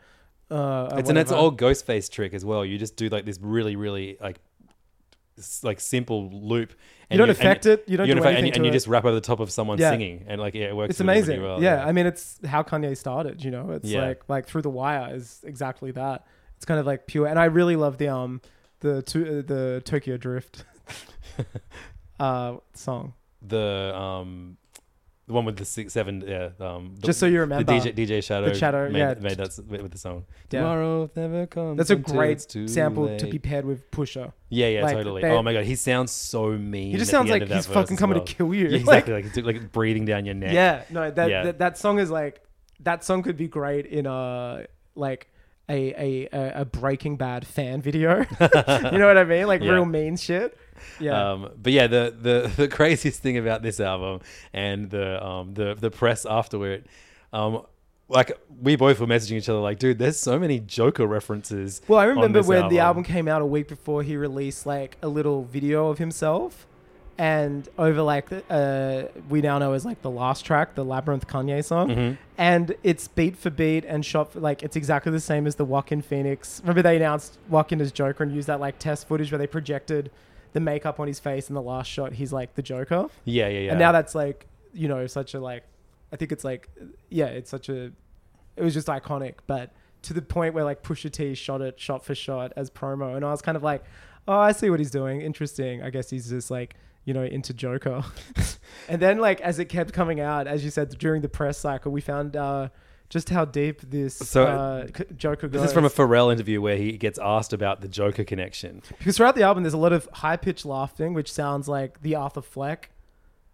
Uh,
It's and that's an old Ghostface trick as well. You just do like this really, really like s- like simple loop. And
You don't affect
and,
it, you don't
you
do
affect- and,
anything
and
to
you
it.
just rap over the top of someone
Yeah.
singing, and like yeah, it works.
It's
really, really
amazing.
well,
yeah. I mean, it's how Kanye started. You know, it's
Yeah.
like like through the wire is exactly that. It's kind of like pure. And I really love the um the to, uh, the Tokyo Drift uh song.
the um the one with the six seven yeah um the,
Just so you remember.
the DJ DJ Shadow
The Shadow,
made,
yeah.
made that s- with with the song
Yeah.
tomorrow never comes
That's a
until
great
it's too
sample to
late.
be paired with Pusher.
yeah yeah
like,
totally
they-
oh my god he sounds so mean
He just
at the
sounds
end
like
of that
he's
verse
fucking
as
coming
well.
to kill you.
yeah, exactly like, it's like breathing down your neck
Yeah, no, that,
Yeah.
that that song is like that song could be great in a like a a a, a Breaking Bad fan video. you know what I mean? Like
Yeah.
real mean shit. Yeah,
Um, but yeah, the, the the craziest thing about this album and the um, the the press afterward, um, like we both were messaging each other like, dude, there's so many Joker references.
Well, I
on
remember
this
when the album came out a week before he released like a little video of himself, and over like the, uh, we now know as like the last track, the Labyrinth Kanye song, and it's beat for beat and shot for like it's exactly the same as the Walkin Phoenix. Remember they announced Walkin as Joker and used that like test footage where they projected the makeup on his face, and the last shot he's like the Joker,
Yeah, yeah, yeah.
and now that's like you know such a like, I think it's like yeah, it's such a it was just iconic, but to the point where like Pusha T shot it shot for shot as promo, and I was kind of like, oh, I see what he's doing. Interesting. I guess he's just like you know into Joker. and then like as it kept coming out, as you said during the press cycle, we found uh, just how deep this
So,
uh, c- Joker goes.
this is from a Pharrell interview where he gets asked about the Joker connection.
because throughout the album, there's a lot of high pitched laughing, which sounds like the Arthur Fleck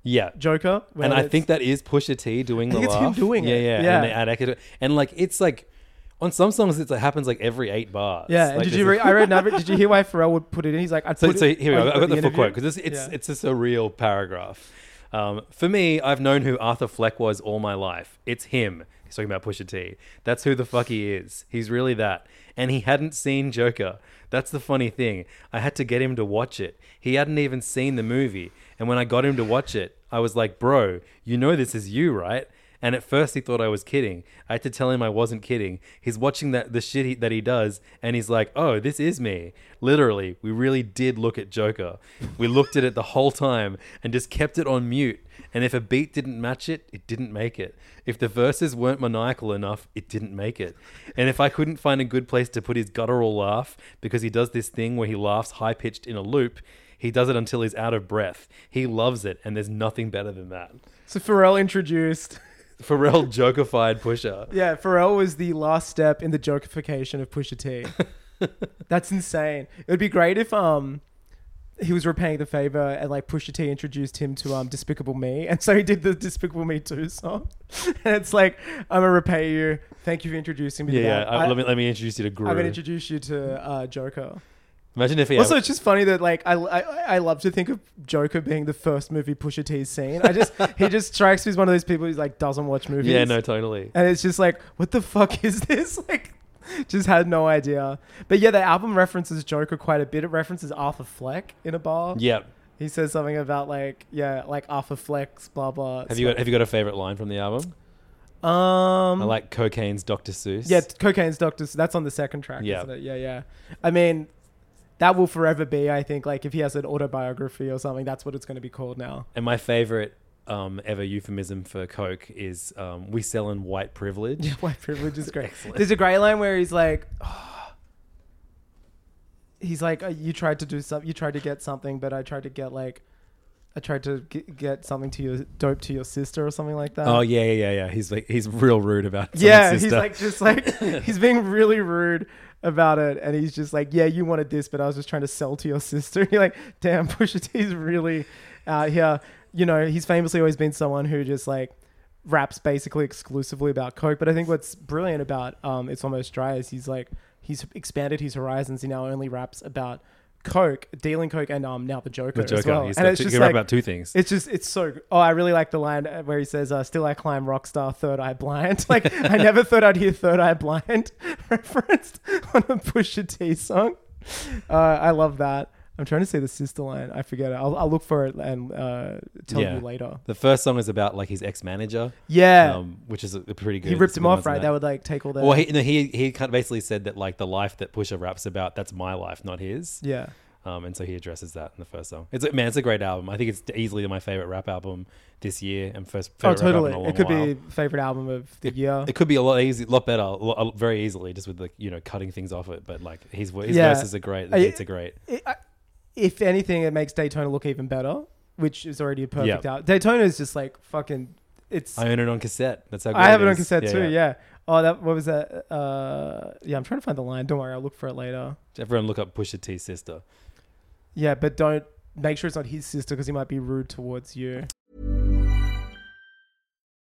Yeah,
Joker.
and I
it's-
think that is Pusha T doing
I
the
think it's him
laugh.
doing
yeah,
it.
Yeah,
Yeah.
And, they add echo to it. and like it's like on some songs it's, it happens like every eight bars.
Yeah, and
Like,
did
there's
you
a-
read? I read. Another, did you hear why Pharrell would put it in? He's like, I'd
So,
put
so
it,
here we
I'd
go. I've got
put
the, full
interview.
quote because it's it's,
Yeah.
it's just a real paragraph. Um, for me, I've known who Arthur Fleck was all my life. It's him. He's talking about Pusha T. That's who the fuck he is. He's really that. And he hadn't seen Joker. That's the funny thing. I had to get him to watch it. He hadn't even seen the movie. And when I got him to watch it, I was like, bro, you know this is you, right? And at first he thought I was kidding. I had to tell him I wasn't kidding. He's watching that the shit he, that he does, and he's like, "Oh, this is me." Literally, we really did look at Joker. We looked at it the whole time and just kept it on mute. And if a beat didn't match it, it didn't make it. If the verses weren't maniacal enough, it didn't make it. And if I couldn't find a good place to put his guttural laugh because he does this thing where he laughs high pitched in a loop, he does it until he's out of breath. He loves it, and there's nothing better than that.
So Pharrell introduced.
Pharrell Jokerfied Pusher.
Yeah, Pharrell was the last step in the jokification of Pusha T. That's insane. It would be great if um he was repaying the favor and like Pusha T introduced him to um Despicable Me, and so he did the Despicable Me Two song. and it's like I'm gonna repay you. Thank you for introducing me.
Yeah,
to
yeah.
that.
I, let me let me introduce you to Gru.
I'm gonna introduce you to uh, Joker.
Imagine if he
Also, it's just funny that like I, I I love to think of Joker being the first movie Pusha T's seen. I just he just strikes me as one of those people who like doesn't watch movies.
yeah, no, totally.
And it's just like, what the fuck is this? Like, just had no idea. But yeah, the album references Joker quite a bit. It references Arthur Fleck in a bar.
Yeah.
He says something about like, yeah, like Arthur Fleck's blah blah.
Have you got Have you got a favorite line from the album?
got um
I like cocaine's Dr. Seuss.
Yeah, cocaine's doctors. That's on the second track,
Yeah.
isn't it? Yeah, yeah. I mean, that will forever be. I think like if he has an autobiography or something, that's what it's going to be called now.
And my favorite um, ever euphemism for coke is um, we sell in white privilege.
White privilege is great. There's a grey line where he's like, he's like, "Oh, you tried to do something, you tried to get something, but I tried to get like, I tried to g- get something to your dope to your sister or something like that.
Oh yeah, yeah, yeah, yeah. He's like he's real rude about. it.
yeah, he's like just like he's being really rude about it, and he's just like, yeah, you wanted this, but I was just trying to sell to your sister. And you're like, damn, Pusha T's really out here. You know, he's famously always been someone who just like raps basically exclusively about coke. But I think what's brilliant about um, it's almost dry is he's like he's expanded his horizons. He now only raps about coke, dealing coke, and um now the Joker,
the Joker.
as well.
He's
and
got
it's
two, he
just
can rap
like
about two things.
it's just it's so. Oh, I really like the line uh, where he says, uh, "Still I climb, rockstar, third eye blind." Like I never thought I'd hear third eye blind referenced on a Pusha T song. Uh, I love that. I'm trying to say the sister line. I forget it. I'll, I'll look for it and uh, tell
Yeah.
you later.
The first song is about like his ex manager.
Yeah,
Um, which is a, a pretty good.
he ripped
it's a
him
good
off,
ones in
right? That would like take all that.
Well, he, no, he he kind of basically said that like the life that Pusher raps about, that's my life, not his.
yeah.
Um, and so he addresses that in the first song. It's a, man, it's a great album. I think it's easily my favorite rap album this year and first
Oh,
favorite
totally.
rap album in a long
It could
while.
be favorite album of the year.
It could be a lot easy, lot better, a lot- a lot- very easily, just with like you know cutting things off it. But like his wo- his
Yeah.
verses are great, the
I-
beats are great.
It- I- if anything, it makes Daytona look even better, which is already a perfect
Yeah.
out. Daytona is just like fucking. It's.
I own it on cassette. That's how good
I have it on
is.
cassette too. Yeah. Oh, that what was that? Uh, yeah, I'm trying to find the line. Don't worry, I'll look for it later.
Everyone look up Pusha T sister.
Yeah, but don't make sure it's not his sister because he might be rude towards you.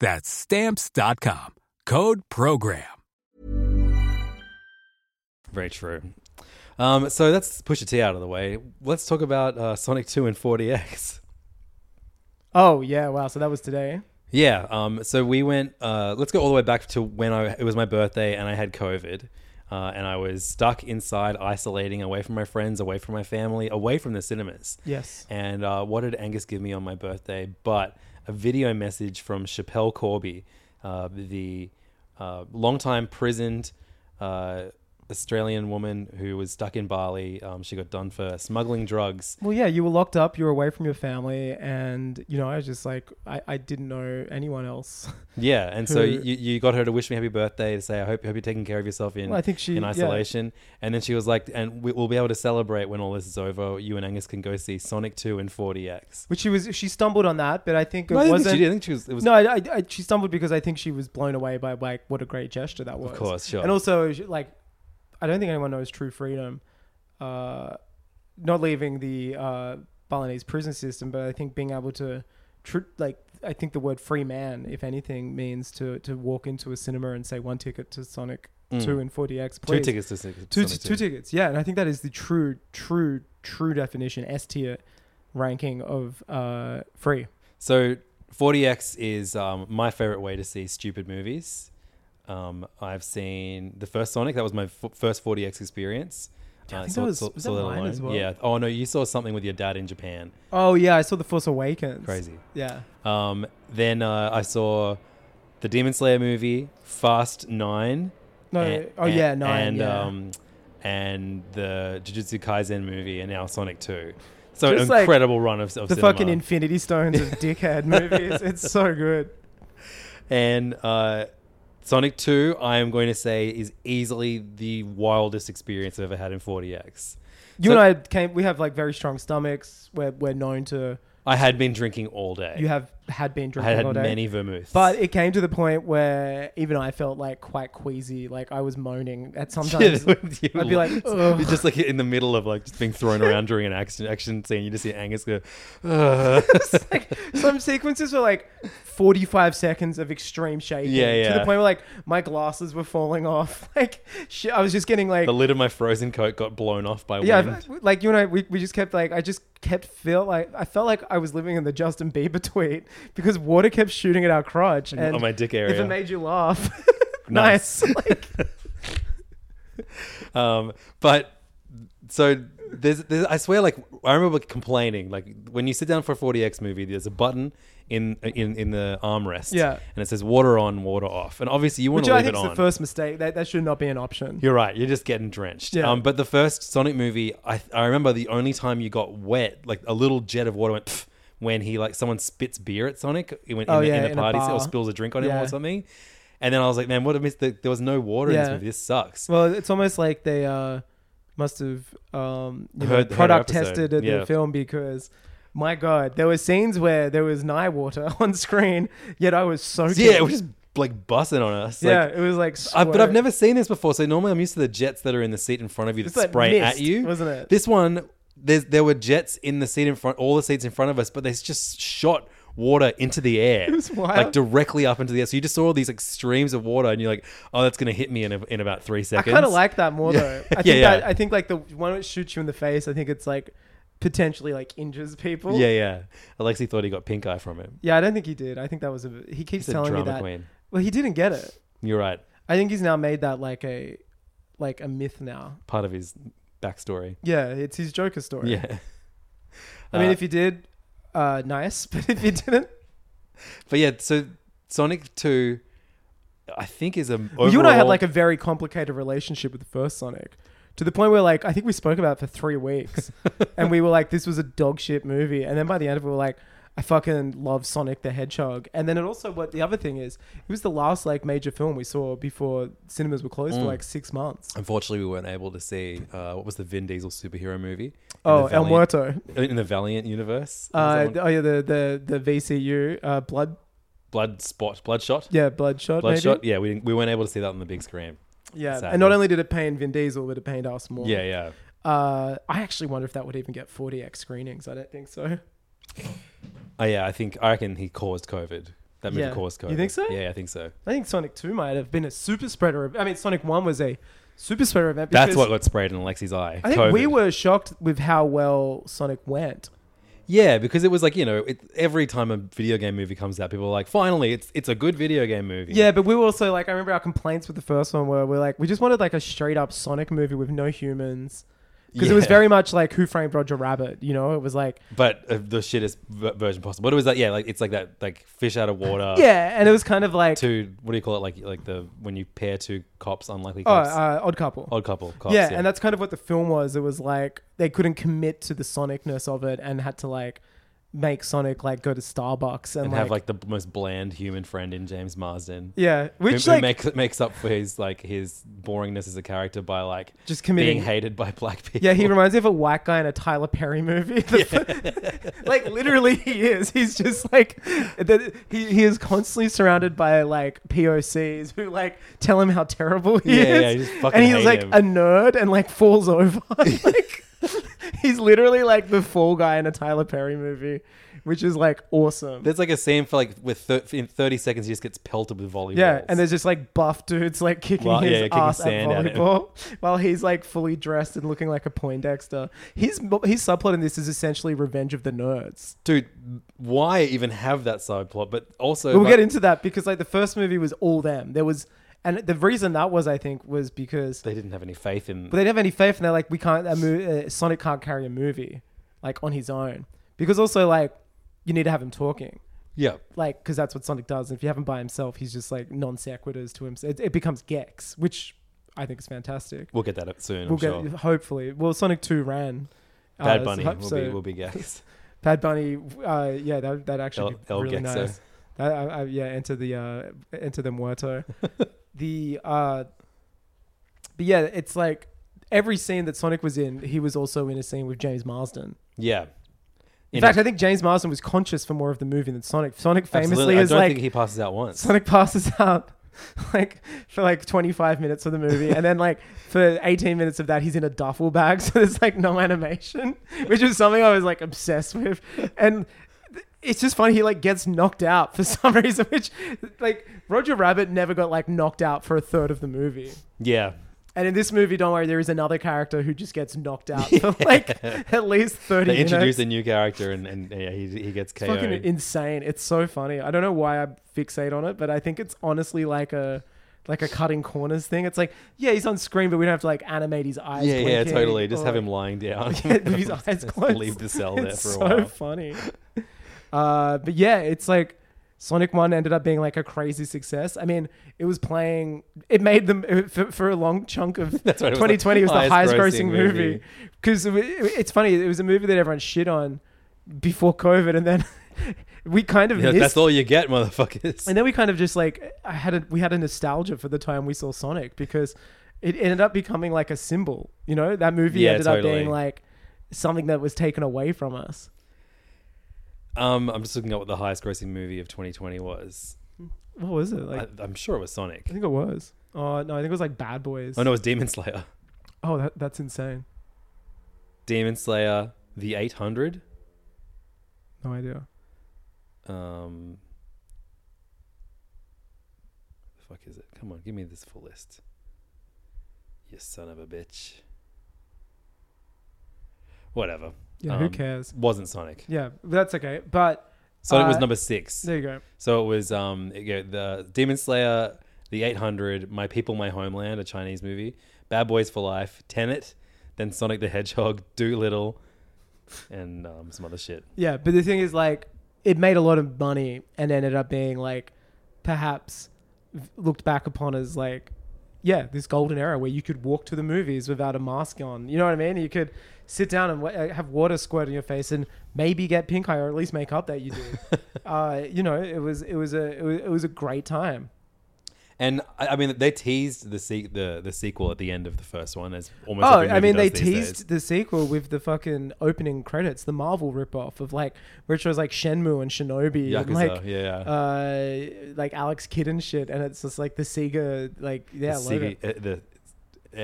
That's stamps.com. Code program.
Very true. Um, so that's Pusha T out of the way. Let's talk about uh, Sonic Two and 40X.
Oh yeah, wow. So that was today.
Yeah. Um, so we went. Uh, let's go all the way back to when I it was my birthday and I had COVID, uh, and I was stuck inside, isolating, away from my friends, away from my family, away from the cinemas.
Yes.
And uh, what did Angus give me on my birthday? But a video message from Chappelle Corby, uh, the uh, longtime prisoned uh, Australian woman who was stuck in Bali. Um, she got done for smuggling drugs.
Well, yeah, you were locked up. You were away from your family, and you know, I was just like, I, I didn't know anyone else.
Yeah, and so
Who-
you, you got her to wish me happy birthday to say I hope hope you're taking care of yourself in
Well, I think she-
in
yeah.
isolation, and then she was like, and we, we'll be able to celebrate when all this is over. You and Angus can go see Sonic Two and 40X.
Which she was, she stumbled on that, but I think it
No, I didn't
wasn't.
think she did. I think she was. It was
no, I, I, I- she stumbled because I think she was blown away by like what a great gesture that was.
course, sure.
And also, she- like, I don't think anyone knows true freedom, uh, not leaving the uh, Balinese prison system, but I think being able to, tr- like, I think the word free man, if anything, means to to walk into a cinema and say one ticket to Sonic Two and Forty X,
Mm. two
please.
tickets to Sonic
Two,
2.
two tickets, yeah, and I think that is the true, true, true definition S tier ranking of uh, free.
So 40X is um, my favorite way to see stupid movies. Um, I've seen the first Sonic. That was my f- first 40X experience. Uh,
think that was- was that mine as well?
Yeah. Oh no, you saw something with your dad in Japan.
Oh yeah, I saw the Force Awakens.
Crazy.
Yeah.
Um, then uh, I saw the Demon Slayer movie, Fast Nine.
No.
and-
oh
and-
yeah. Nine.
And
yeah.
um, and the Jujutsu Kaisen movie, and now Sonic Two. So
Just
an
like
incredible run of, of
the
cinema.
fucking Infinity Stones of dickhead movies. It's so good.
and uh, Sonic Two. I am going to say is easily the wildest experience I've ever had in 40x.
You
So-
and I came. We have like very strong stomachs. We're we're known to.
I had been drinking all day.
You have had been
I
drinking
had had
all day.
many vermouths.
but it came to the point where even I felt like quite queasy, like I was moaning at
Yeah,
sometimes.
when you-
I'd be like, "Ugh."
just like in the middle of like just being thrown around during an action action scene, you just see Angus go, "Ugh."
Some sequences were like forty-five seconds of extreme shaking,
Yeah,
to the
yeah.
point where like my glasses were falling off. Like shit, I was just getting like
the lid of my frozen coat got blown off by
Yeah,
wind.
I've- like you and I, we, we just kept like I just kept feel like I felt like I was living in the Justin Bieber tweet because water kept shooting at our crotch and
on my dick
If
area.
it made you laugh,
Nice.
nice. like,
Um, but so there's, there's I swear like I remember complaining like when you sit down for a 40x movie there's a button in in in the armrest
Yeah.
and it says water on water off and obviously you want
Which
to
I
leave
think
it
is
on
the first mistake. That, that should not be an option.
you're right. You're just getting drenched.
Yeah.
Um, but the first Sonic movie, I, I remember the only time you got wet, like a little jet of water went pff, when he like someone spits beer at Sonic in, in,
Oh,
the,
yeah,
in the
in a
party
bar.
or spills a drink on him
Yeah.
or something. And then I was like, man, what a miss! That there was no water in this
Yeah.
movie. This sucks.
Well, it's almost like they uh, must have um, you know,
Heard- heard our
product
episode.
tested at
Yeah.
the film because. My God, there were scenes where there was nigh water on screen, yet I was soaking.
yeah, it was just like bussing on us.
yeah,
Like,
it was like.
I, but I've
squirt.
never seen this before. So normally I'm used to the jets that are in the seat in front of you that
It's like
spray
mist,
at you,
wasn't it?
This one, there's, there were jets in the seat in front, all the seats in front of us, but they just shot water into the air, it
was wild.
like directly up into the air. So you just saw all these like streams of water, and you're like, oh, that's gonna hit me in, a, in about three
I
seconds.
kind of like that more
Yeah.
though. I
Yeah,
think
yeah.
that I think like the one that shoots you in the face. I think it's like potentially like injures people.
Yeah, yeah. Alexi thought he got pink eye from it.
Yeah, I don't think he did. I think that was a. He keeps
He's a
telling me
drama
that.
queen.
Well, he didn't get it.
You're right.
I think he's now made that like a, like a myth now.
Part of his backstory.
Yeah, it's his Joker story.
Yeah.
I mean,
Uh,
if you did, uh, nice. But if you didn't,
But yeah, so Sonic Two, I think is a.
well, you and I had
overall-
like a very complicated relationship with the first Sonic. To the point where, like, I think we spoke about it for three weeks, and we were like, "This was a dog shit movie." And then by the end of it, we were like, "I fucking love Sonic the Hedgehog." And then it also, what the other thing is, it was the last like major film we saw before cinemas were
Mm.
closed for like six months.
Unfortunately, we weren't able to see uh, what was the Vin Diesel superhero movie. In
Oh,
the
El
Valiant-
Muerto.
in the Valiant universe.
Uh,
Is that one-
oh yeah, the the the VCU uh, blood.
blood spot, bloodshot,
Yeah, bloodshot.
bloodshot.
maybe?
Yeah, we didn't, we weren't able to see that on the big screen.
Yeah,
Sadly.
and not only did it pain Vin Diesel, but it pained us more.
Yeah, yeah.
Uh, I actually wonder if that would even get 40x screenings. I don't think so.
Oh, yeah. I think I reckon he caused COVID. That movie
Yeah.
caused COVID.
You think so?
Yeah, I think so.
I think Sonic 2 might have been a super spreader. Of, I mean, Sonic 1 was a super spreader event.
That's
because
what got sprayed in Alexi's eye.
I think we
COVID.
were shocked with how well Sonic went.
Yeah, because it was like you know, it, every time a video game movie comes out, people are like, "Finally, it's it's a good video game movie."
Yeah, but we were also like, I remember our complaints with the first one were we're like, we just wanted like a straight up Sonic movie with no humans. Because it was
Yeah.
very much like Who Framed Roger Rabbit, you know? It was like,
but uh, the shittest v- version possible. But it was like, yeah, like it's like that, like fish out of water.
yeah, and it was kind of like,
Uh, Two, what do you call it? Like like the when you pair two cops, unlikely
oh,
cops,
uh, Odd Couple.
odd couple cops.
yeah, and that's kind of what the film was. It was like they couldn't commit to the sonicness of it and had to like make Sonic like go to Starbucks and,
and
like,
have like the most bland human friend in James Marsden.
yeah,
Who-
which
who,
like
makes makes up for his like his boringness as a character by like
just
being
committing.
hated by black people.
yeah, he reminds me of a white guy in a Tyler Perry movie. like literally, he is. He's just like the, he he is constantly surrounded by like POCs who like tell him how terrible he
Yeah,
is,
yeah, he just fucking
and he's
hate
like
him.
a nerd and like falls over. like he's literally like the fall guy in a Tyler Perry movie, which is like awesome.
there's like a scene for like with thir- in 30 seconds he just gets pelted with volleyballs.
Yeah, and there's just like buff dudes like kicking
Well,
his
yeah, kicking
ass
sand
at
at him.
volleyball while he's like fully dressed and looking like a Poindexter. His his subplot in this is essentially Revenge of the Nerds.
dude, why even have that side plot? But also,
We'll
but-
get into that because like the first movie was all them. There was, and the reason that was I think was because
they didn't have any faith in.
but they didn't have any faith and they're like we can't a mo- uh, Sonic can't carry a movie like on his own because also like you need to have him talking.
yeah,
like because that's what Sonic does. And if you have him by himself, he's just like non sequiturs to himself. It, it becomes Gex, which I think is fantastic.
we'll get that up soon.
We'll
I'm
get
sure.
hopefully. Well, Sonic Two ran. uh,
Bad
so
Bunny
hope
will
so.
be will be gays.
Bad Bunny. Uh, yeah, that that actually
El- El
be really
Gexo.
nice. That, I, I, yeah, enter the uh, enter the muerto. the uh, but yeah, it's like every scene that Sonic was in, he was also in a scene with James Marsden.
Yeah.
In,
In
fact,
a-
I think James Marsden was conscious for more of the movie than Sonic. Sonic famously
Absolutely. I
is
don't
like
think he passes out once.
Sonic passes out like for like 25 minutes of the movie and then like for 18 minutes of that he's in a duffel bag so there's like no animation which is something I was like obsessed with and th- it's just funny he like gets knocked out for some reason which like Roger Rabbit never got like knocked out for a third of the movie
yeah.
and in this movie don't worry there is another character who just gets knocked out for like at least 30
They introduce
minutes
a new character and, and yeah, he, he gets
it's fucking
KO'd.
insane. It's so funny. I don't know why I fixate on it, but I think it's honestly like a like a cutting corners thing. It's like, yeah, he's on screen, but we don't have to like animate his eyes.
yeah, yeah,
blinking
totally. Just
or,
have him
like,
lying down.
with his eyes
Just
closed.
Leave the cell there
it's
for a
so
while.
funny. Uh, but yeah, it's like Sonic One ended up being like a crazy success. I mean, it was playing. It made them it- for, for a long chunk of
That's right, it was the
2020. It was the highest
highest-grossing
grossing
movie.
movie because it's funny. It was a movie that everyone shit on before COVID, and then we kind of
Yeah,
missed
that's all you get, motherfuckers.
and then we kind of just like I had a, we had a nostalgia for the time we saw Sonic because it ended up becoming like a symbol. You know that movie
Yeah,
ended
totally.
up being like something that was taken away from us.
Um, I'm just looking up what the highest grossing movie of 2020 was.
What was it like? I,
I, I'm sure it was Sonic.
think it was. Oh no, I think it was like Bad Boys.
Oh no, it was Demon Slayer.
Oh, that, that's insane.
Demon Slayer, The 800.
No idea.
Um, the fuck is it? Come on, give me this full list. You son of a bitch. Whatever. Um,
Yeah, who cares?
Wasn't Sonic.
Yeah, but that's okay. But
Sonic was
Uh,
number six.
there you go.
So it was um it go- the Demon Slayer, The 800, My People, My Homeland, a Chinese movie, Bad Boys for Life, Tenet, then Sonic the Hedgehog, Doolittle, and um, some other shit.
Yeah, but the thing is, like, it made a lot of money and ended up being like, perhaps v- looked back upon as like, yeah, this golden era where you could walk to the movies without a mask on. You know what I mean? You could sit down and wa- uh, have water squirt in your face and maybe get pink eye or at least make up that you do. uh, you know, it was it was a it was, it was a great time.
And I, I mean, they teased the, se- the the sequel at the end of the first one as almost.
Oh,
every
I mean,
movie
they
does these days.
teased the sequel with the fucking opening credits, the Marvel ripoff of like, which was like Shenmue and Shinobi, and
Yakuza,
like,
yeah, yeah.
uh, like Alex Kidd and shit, and it's just like the Sega, like yeah,
the,
logo.
C- uh, the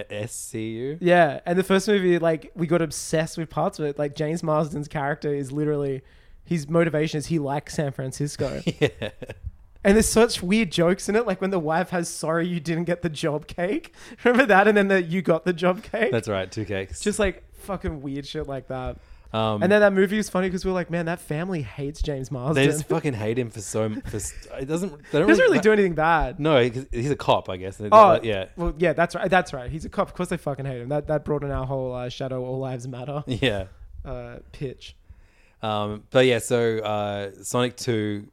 uh, SCU.
yeah. And the first movie, like we got obsessed with parts of it. Like James Marsden's character is literally his motivation is he likes San Francisco, and there's such weird jokes in it. Like when the wife has sorry you didn't get the job cake, remember that, and then the you got the job cake.
That's right, two cakes.
just like fucking weird shit like that.
um,
And then that movie was funny because we were like, man, that family hates James Marsden.
they just fucking hate him for so. m- For, s- it doesn't. They
he
don't
doesn't really do anything bad.
No, 'cause he's a cop, I guess.
Oh
yeah,
Well, yeah, that's right. That's right. He's a cop. Of course, they fucking hate him. That that brought in our whole uh, "Shadow All Lives Matter"
yeah.
uh, pitch.
Um, but yeah, so uh, Sonic Two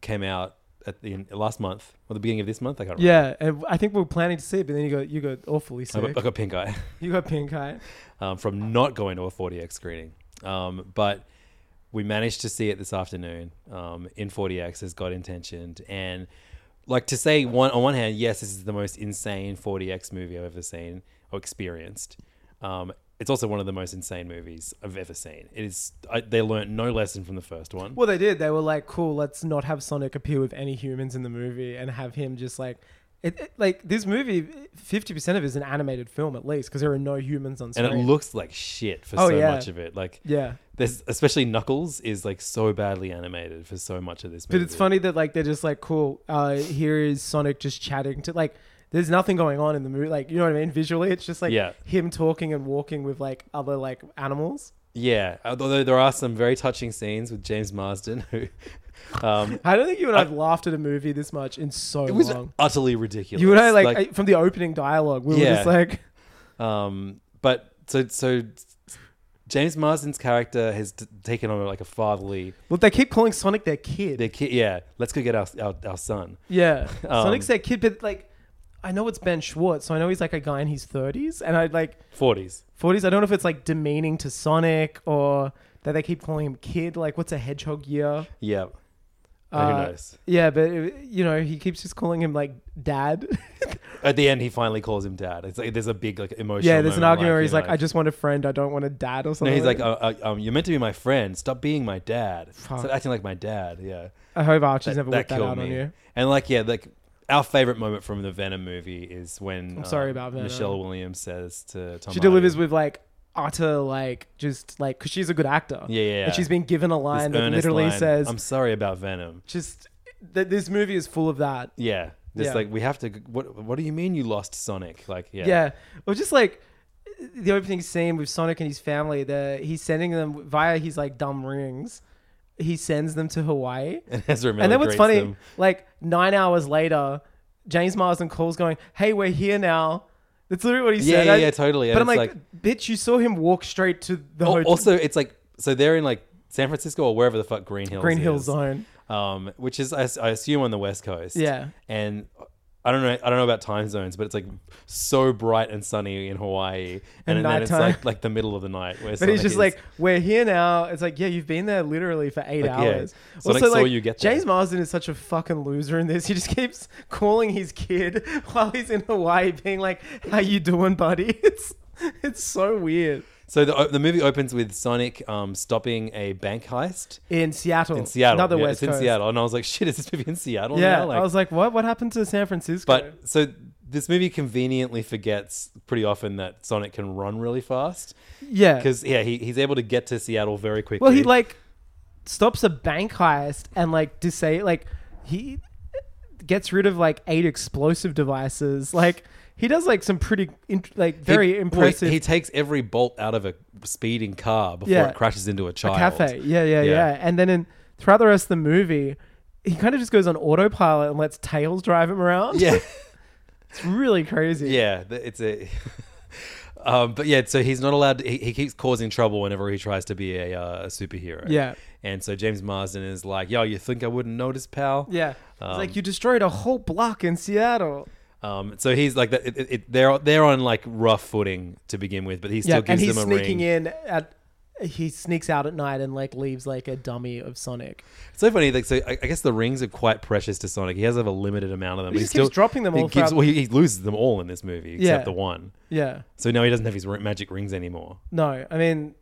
came out at the end, last month or the beginning of this month. I can't remember.
Yeah, and I think we were planning to see it, but then you got you got awfully
I
sick.
got, I got pink eye
You got pink eye.
um, from not going to a 40x screening, um, but we managed to see it this afternoon um, in 40x has got intentioned and like to say one on one hand, yes, this is the most insane 40x movie I've ever seen or experienced. Um, it's also one of the most insane movies I've ever seen. It is. I, they learnt no lesson from the first one.
Well, they did. They were like, "Cool, let's not have Sonic appear with any humans in the movie, and have him just like." It, it- like this movie, fifty percent of it is an animated film at least, because there are no humans on screen.
and it looks like shit for
Oh,
so
yeah.
much of it. Like,
yeah,
there's especially Knuckles is like so badly animated for so much of this.
But
Movie.
it's funny that like they're just like cool. Uh, here is Sonic just chatting to like. There's nothing going on in the movie, like you know what I mean. Visually, it's just like
Yeah.
him talking and walking with like other like animals.
Yeah, although there are some very touching scenes with James Marsden, who um,
I don't think you and I've laughed at a movie this much in so
it was
long.
utterly ridiculous.
You and I like, I- from the opening dialogue, we
Yeah.
were just like,
um, but so so James Marsden's character has t- taken on like a fatherly.
well, they keep calling Sonic their kid.
Their kid, yeah, let's go get our our, our son.
yeah,
Um,
Sonic's their kid, but like, I know it's Ben Schwartz, so I know he's like a guy in his 30s, and I like
Forties.
40s. I don't know if it's like demeaning to Sonic or that they keep calling him kid. Like, what's a hedgehog year?
Yeah.
Uh,
who knows?
Yeah, but uh, you know, he keeps just calling him like dad.
At the end, he finally calls him dad. It's like there's a big like emotional.
yeah, there's an
moment,
argument where
you
he's
know,
like, I just want a friend, I don't want a dad or something.
No, he's like, uh, uh, um, you're meant to be my friend. Stop being my dad. Stop
Fuck.
acting like my dad. Yeah,
I hope Archie's never whipped that out on you.
And like, yeah, like our favorite moment from the Venom movie is when I'm
sorry about Venom.
Michelle Williams says to Tom.
She
Hardy,
delivers with like utter like just like because she's a good actor.
Yeah, yeah, yeah.
And she's been given a
this
line that
earnest
literally
line,
says,
"I'm sorry about Venom."
just that this movie is full of that.
Yeah, just
Yeah.
like we have to. What What do you mean you lost Sonic? Like, yeah,
Yeah. Or just like the opening scene with Sonic and his family, the he's sending them via his like dumb rings. He sends them to Hawaii.
Ezra Miller
and then what's
greets
funny,
them.
like nine hours later, James Marsden calls going, "Hey, we're here now." That's literally what he
Yeah,
said.
yeah,
I-
yeah, totally. And
But I'm
it's
like, bitch, you saw him walk straight to the
Al-
hotel,
Also, it's like so they're in like San Francisco or wherever the fuck Green Hills
Green Hill
is,
Zone.
um, which is I, s- I assume on the West Coast.
Yeah.
and I don't know I don't know about time zones, but it's like so bright and sunny in Hawaii, and,
And
then it's
nighttime.
like like the middle of the night. Where
But he's just like, we're here now. It's like, yeah, you've been there literally for eight
Like, yeah.
hours.
Sonic saw you get there.
James Marsden is such a fucking loser in this. He just keeps calling his kid while he's in Hawaii, being like, "How you doing, buddy?" It's it's so weird
so the, o- the movie opens with Sonic um, stopping a bank heist.
in Seattle.
In Seattle,
another
yeah,
West
it's in
Coast.
Seattle, and I was like, "Shit, is this movie in Seattle?"
Yeah,
now? Like,
I was like, "What? What happened to San Francisco?"
But so this movie conveniently forgets pretty often that Sonic can run really fast
yeah,
because yeah, he, he's able to get to Seattle very quickly.
Well, he like stops a bank heist and like to say like he gets rid of like eight explosive devices. Like he does like some pretty in, like
He-
very
well, he-
impressive
He, takes every bolt out of a speeding car before
Yeah.
it crashes into a child.
cafe. Yeah, yeah, yeah,
Yeah.
And then in throughout the rest of the movie, he kind of just goes on autopilot and lets Tails drive him around.
Yeah,
it's really crazy.
yeah. th- It's a. Um, but yeah, so he's not allowed. he, he keeps causing trouble whenever he tries to be a, uh, a superhero.
Yeah.
and so James Marsden is like, "Yo, you think I wouldn't notice, pal?"
Yeah. it's like you destroyed a whole block in Seattle.
Um, so he's like, that- it, it, it, they're they're on like rough footing to begin with, but he still
Yeah,
gives
and he's
them a
sneaking
ring.
in at he sneaks out at night and like leaves like a dummy of Sonic.
It's so funny. Like, so I, I guess the rings are quite precious to Sonic. He has have a limited amount of them.
He just keeps dropping them
he
all
Gives,
throughout-
well, he, he loses them all in this movie except
Yeah.
the one.
Yeah.
So now he doesn't have his ri- magic rings anymore.
No, I mean,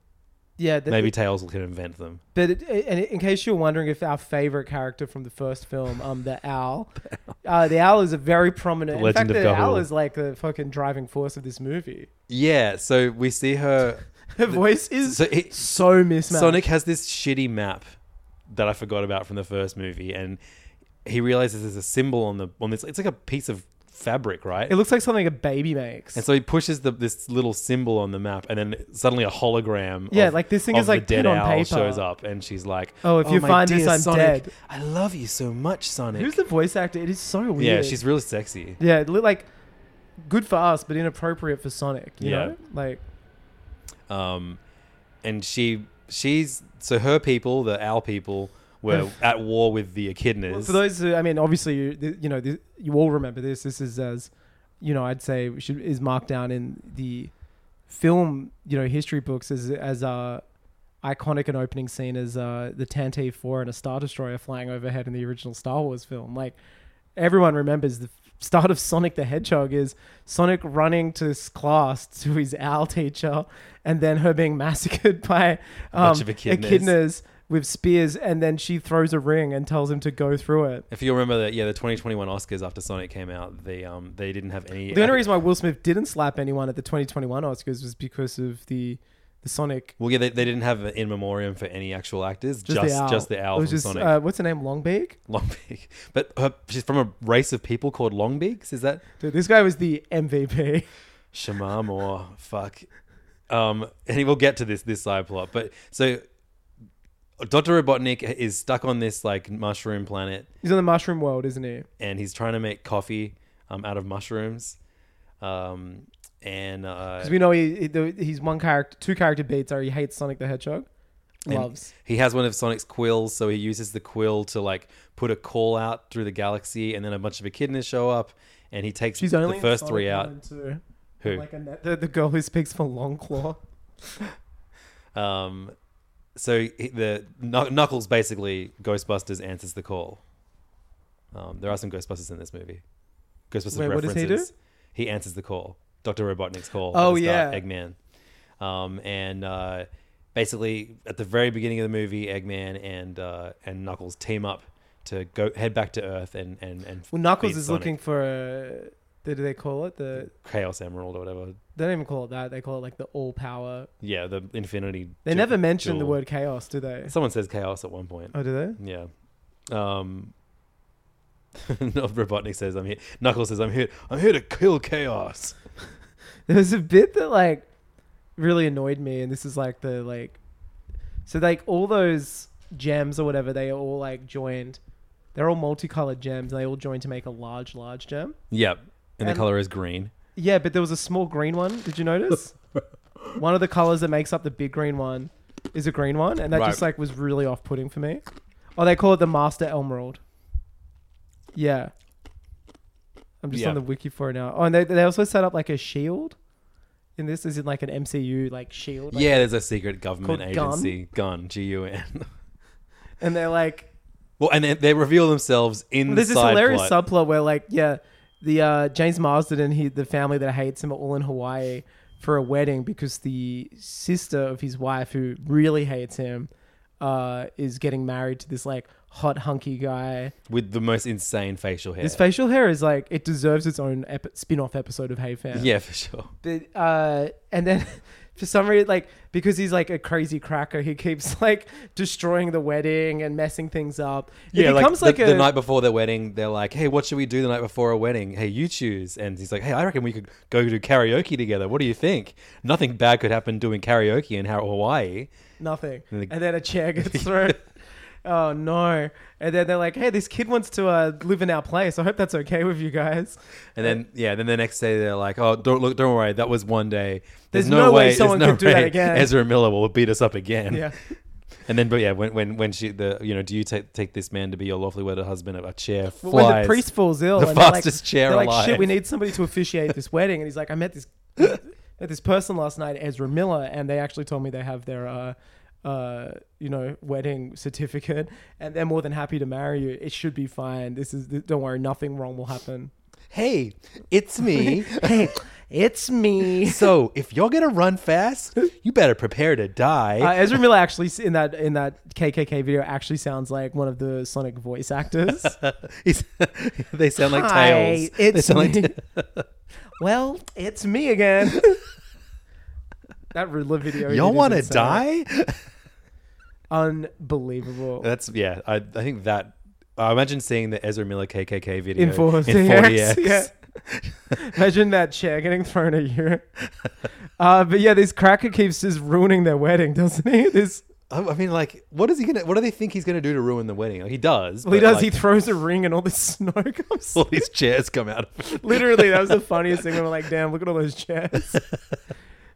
yeah, the,
Maybe Tails can invent them.
But it, and in case you're wondering, if our favorite character from the first film, um, the owl, uh, the owl is a very prominent.
The
in fact,
Legend of
the owl
Gahul.
is like the fucking driving force of this movie.
Yeah. So we see her.
Her voice is
So
so,
it,
mismatched.
Sonic has this shitty map that I forgot about from the first movie, and he realizes there's a symbol on the on this. It's like a piece of fabric, right?
It looks like something a baby makes.
And so he pushes the, this little symbol on the map, and then suddenly a hologram.
Yeah,
of-
like, this thing
of
is,
the
like,
dead
put on
owl
paper.
shows up, and she's like,
Oh, if you
my
find this,
dear
I'm
Sonic,
dead."
I love you so much, Sonic."
Who's the voice actor? It is so weird.
yeah, she's really sexy.
yeah, it look like good for us, but inappropriate for Sonic. You
Yeah.
know, like
Um, and she she's so her people, the owl people, were at war with the echidnas.
for those who, I mean, obviously, you, th- you know, th- you all remember this. This is as, you know, I'd say we should, is marked down in the film, you know, history books as as uh, iconic an opening scene as uh, the Tantive Four and a Star Destroyer flying overhead in the original Star Wars film. Like everyone remembers the start of Sonic the Hedgehog is Sonic running to his class to his owl teacher, and then her being massacred by um,
bunch of echidnas.
echidnas with spears, and then she throws a ring and tells him to go through it.
if you remember that, yeah, the 2021 Oscars after Sonic came out, they um they didn't have any.
The only reason why Will Smith didn't slap anyone at the 2021 Oscars was because of the the Sonic.
well, yeah, they, they didn't have an in memoriam for any actual actors, just
the owl.
just the owl
It
from
was just,
Sonic.
Uh, what's her name? Longbeak.
Longbeak. But her, she's from a race of people called Longbeaks. Is that
Dude, this guy was the MVP.
Shamam or fuck? Um, and we'll get to this this side plot. But so Doctor Robotnik is stuck on this like mushroom planet,
He's on the Mushroom World, isn't he?
and he's trying to make coffee um, out of mushrooms. Um, and uh,
Because we know he, he the- he's one character, two character beats are he hates Sonic the Hedgehog,
and
loves.
he has one of Sonic's quills, so he uses the quill to like put a call out through the galaxy, and then a bunch of echidnas show up, and he takes
She's
the
only in
first
Sonic
three
one
out.
and two.
Who?
Like Annette, the, the girl who speaks for Longclaw.
Um, so he- the Knuck- Knuckles basically Ghostbusters answers the call. Um, there are some Ghostbusters in this movie. Ghostbusters
Wait, what
references.
does he do?
He answers the call. Doctor Robotnik's call.
Oh,
at the start,
yeah.
Eggman. Um, and uh, basically at the very beginning of the movie, Eggman and uh, and Knuckles team up to go head back to Earth and and and.
Well, Knuckles
beat
is
Sonic.
looking for a. What do they call it? The
Chaos Emerald or whatever.
they don't even call it that. They call it like the all power.
Yeah, the Infinity.
They
Jewel-
never mention the
Jewel.
word chaos, do they?
Someone says chaos at one point.
Oh, do they?
Yeah. Um no, Robotnik says I'm here. Knuckles says I'm here. I'm here to kill chaos.
There was a bit that like really annoyed me, and this is like the like so like all those gems or whatever they all like joined They're all multicolored gems. They all join to make a large, large gem.
Yep. And, the
And-
color is green.
Yeah, but there was a small green one. Did you notice? one of the colors that makes up the big green one is a green one, and that
Right.
just like was really off-putting for me. Oh, they call it the Master Emerald. Yeah. I'm just
Yeah.
on the wiki for it now. Oh, and they, they also set up like a shield. In this, is in like an MCU like shield. like-
yeah, there's a secret government
Called Gun?
agency. Gun, G U N.
And they're like
Well, and they, they reveal themselves in
There's
the
this
side
hilarious
plot.
subplot where, like, yeah, the uh, James Marsden and he, the family that hates him are all in Hawaii for a wedding because the sister of his wife, who really hates him, uh, is getting married to this like hot hunky guy.
with the most insane facial hair.
His facial hair is like it deserves its own epi- spin-off episode of Hey Fam.
yeah, for sure.
But, uh, and then for some reason, like because he's like a crazy cracker, he keeps like destroying the wedding and messing things up. It
yeah,
becomes
like,
like,
the,
a
the night before their wedding, they're like, "Hey, what should we do the night before a wedding? Hey, you choose." And he's like, "Hey, I reckon we could go do karaoke together. What do you think? Nothing bad could happen doing karaoke in Har- Hawaii."
nothing.
And
And,
the-
then a chair gets thrown. oh no! And then they're like, "Hey, this kid wants to uh, live in our place. I hope that's okay with you guys."
And then yeah, then the next day they're like, "Oh, don't look, don't worry. That was one day. There's,
There's
no, way,
someone
there's no
could do that
way
again."
Ezra Miller will beat us up again."
Yeah,
And then, but yeah, when when when she the you know, do you take take this man to be your lawfully wedded husband? A chair flies.
when the priest falls ill,
The
and they're like-
fastest chair
they're like,
alive.
"Shit, we need somebody to officiate this wedding." And he's like, "I met this met this person last night, Ezra Miller, and they actually told me they have their." Uh, uh, you know, wedding certificate, and they're more than happy to marry you. It should be fine. This is, don't worry, nothing wrong will happen.
hey, it's me.
Hey, it's me.
so if you're gonna run fast, you better prepare to die.
Uh, Ezra Miller actually s- in that in that KKK video actually sounds like one of the Sonic voice actors.
He's- they sound like
Hi,
tails. they
it's
sound like
me.
ta-
well, it's me again. that Riddler video. he
y'all
did is
want to
insane.
die?
Unbelievable.
That's yeah. I, I think that I imagine seeing the Ezra Miller KKK video
in 40X.
in 40X.
yeah. Imagine that chair getting thrown at you. Uh, but yeah, this cracker keeps just ruining their wedding, doesn't he? This
I I mean, like, what is he gonna? What do they think he's gonna do to ruin the wedding? Like, he does.
well, he
but,
does.
like,
he throws a ring and all this snow comes.
all these chairs come out. of it.
Literally, that was the funniest thing. We were like, damn, look at all those chairs.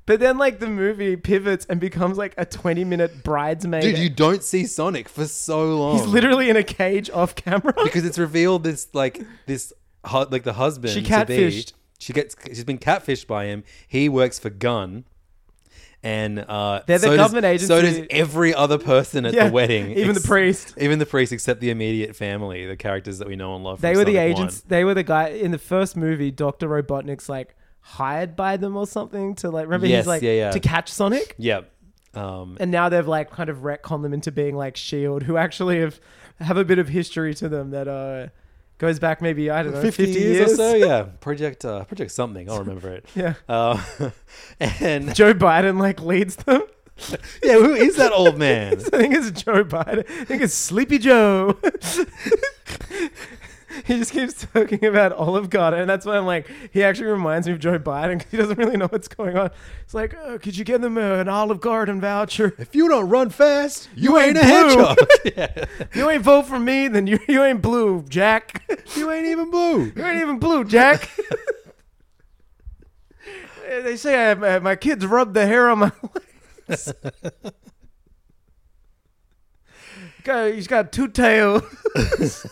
But then, like, the movie pivots and becomes like a 20 minute bridesmaid.
Dude, you don't see Sonic for so long.
He's literally in a cage off camera.
because it's revealed this like this hu- like the husband
She
to be-
catfished.
she gets she's been catfished by him. He works for Gun. And uh,
They're the
so does-
government
So does
agency.
every other person at
Yeah,
the wedding,
even the priest.
even the priest, except the immediate family, the characters that we know and love.
they
from
were the
Sonic
agents.
1.
They were the guy in the first movie. Doctor Robotnik's like hired by them or something to like. Remember,
Yes,
he's like
yeah, yeah.
to catch Sonic,
Yep. Um,
and now they've like kind of retconned them into being like Shield, E who actually have have a bit of history to them that uh goes back maybe I don't know
50 years, or so, yeah. Project uh, Project something, I'll remember it.
Yeah.
Uh, and
Joe Biden like leads them.
yeah, who is that old man?
I think it's Joe Biden. I think it's Sleepy Joe. he just keeps talking about Olive Garden, and that's why I'm like, he actually reminds me of Joe Biden because he doesn't really know what's going on. It's like, oh, could you get them uh, an Olive Garden voucher?
If you don't run fast, you, ain't,
ain't
a
blue.
hedgehog. yeah.
You ain't vote for me, then you you ain't blue, Jack.
You ain't even blue.
You ain't even blue, Jack. Uh, they say I, uh, my kids rub the hair on my legs. Guy, he's got two tails.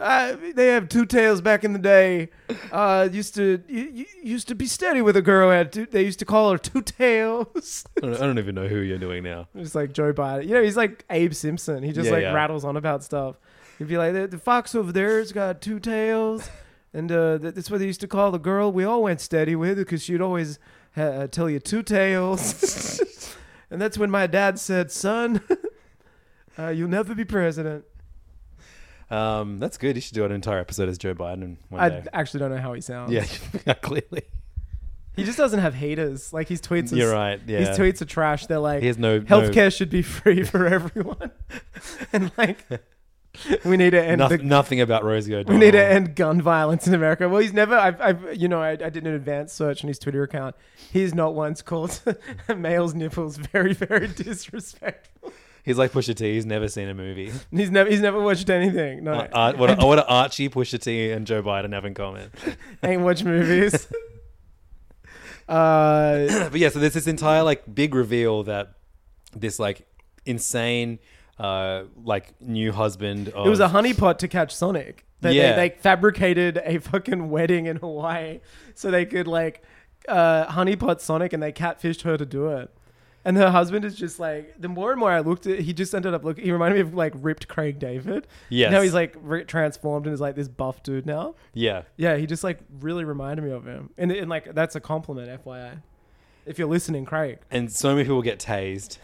I, they have two tails back in the day. Uh, used to y- y- used to be steady with a girl. Had two, they used to call her two tails.
I don't, I don't even know who you're doing now.
It's like Joe Biden. You know, he's like Abe Simpson. He just
Yeah,
like
yeah.
rattles on about stuff. He'd be like, the, the fox over there's got two tails. And uh, th- that's what they used to call the girl we all went steady with because she'd always uh, tell you two tails. and that's when my dad said, son, uh, you'll never be president.
Um, that's good. You should do an entire episode as Joe Biden one
I
day.
actually don't know how he sounds.
yeah, clearly.
He just doesn't have haters. Like his tweets are
You're right, yeah.
His tweets are trash. They're like
He has no- no-
healthcare should be free for everyone. and like we need to end
Noth-
the
nothing about Rosie O'Donnell.
We need to end gun violence in America. Well, he's never. I've, I've you know, I, I did an advanced search on his Twitter account. He's not once called male's nipples very, very disrespectful.
He's like Pusha T. He's never seen a movie.
He's never he's never watched anything. No,
Like, Ar- what, what do Archie, Pusha T, and Joe Biden have in common?
ain't watched movies. uh,
but yeah, so there's this entire like big reveal that this like insane uh like new husband of
it was a honeypot to catch Sonic. They,
Yeah.
they, they fabricated a fucking wedding in Hawaii so they could like uh, honeypot Sonic, and they catfished her to do it. And her husband is just like the more and more I looked at, he just ended up looking. He reminded me of like ripped Craig David.
Yes.
Now he's like re- transformed and is like this buff dude now.
yeah.
Yeah, he just like really reminded me of him, and, and like that's a compliment, FYI. If you're listening, Craig.
And so many people get tased.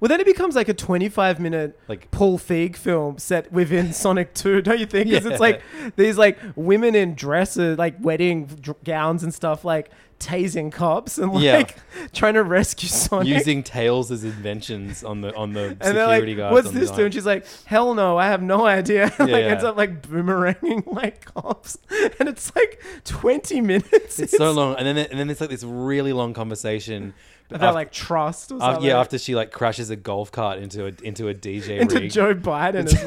Well, then it becomes like a 25 minute
Like-
like Paul Feig film set within Sonic 2, don't you think? Because
Yeah.
it's like these like women in dresses, like wedding dr- gowns and stuff, like tasing cops and like
Yeah.
trying to rescue Sonic.
Using tails as inventions on the on the
and they're
security
like,
guards.
"What's
on the
this
night.
doing?" She's like, "Hell no, I have no idea." like
Yeah.
ends up like boomeranging like cops, and it's like twenty minutes.
It's so long, and then and then it's like this really long conversation
about
after-
like trust or
af-
something.
yeah, after she like crashes a golf cart into a into a DJ
into
rig.
Joe Biden as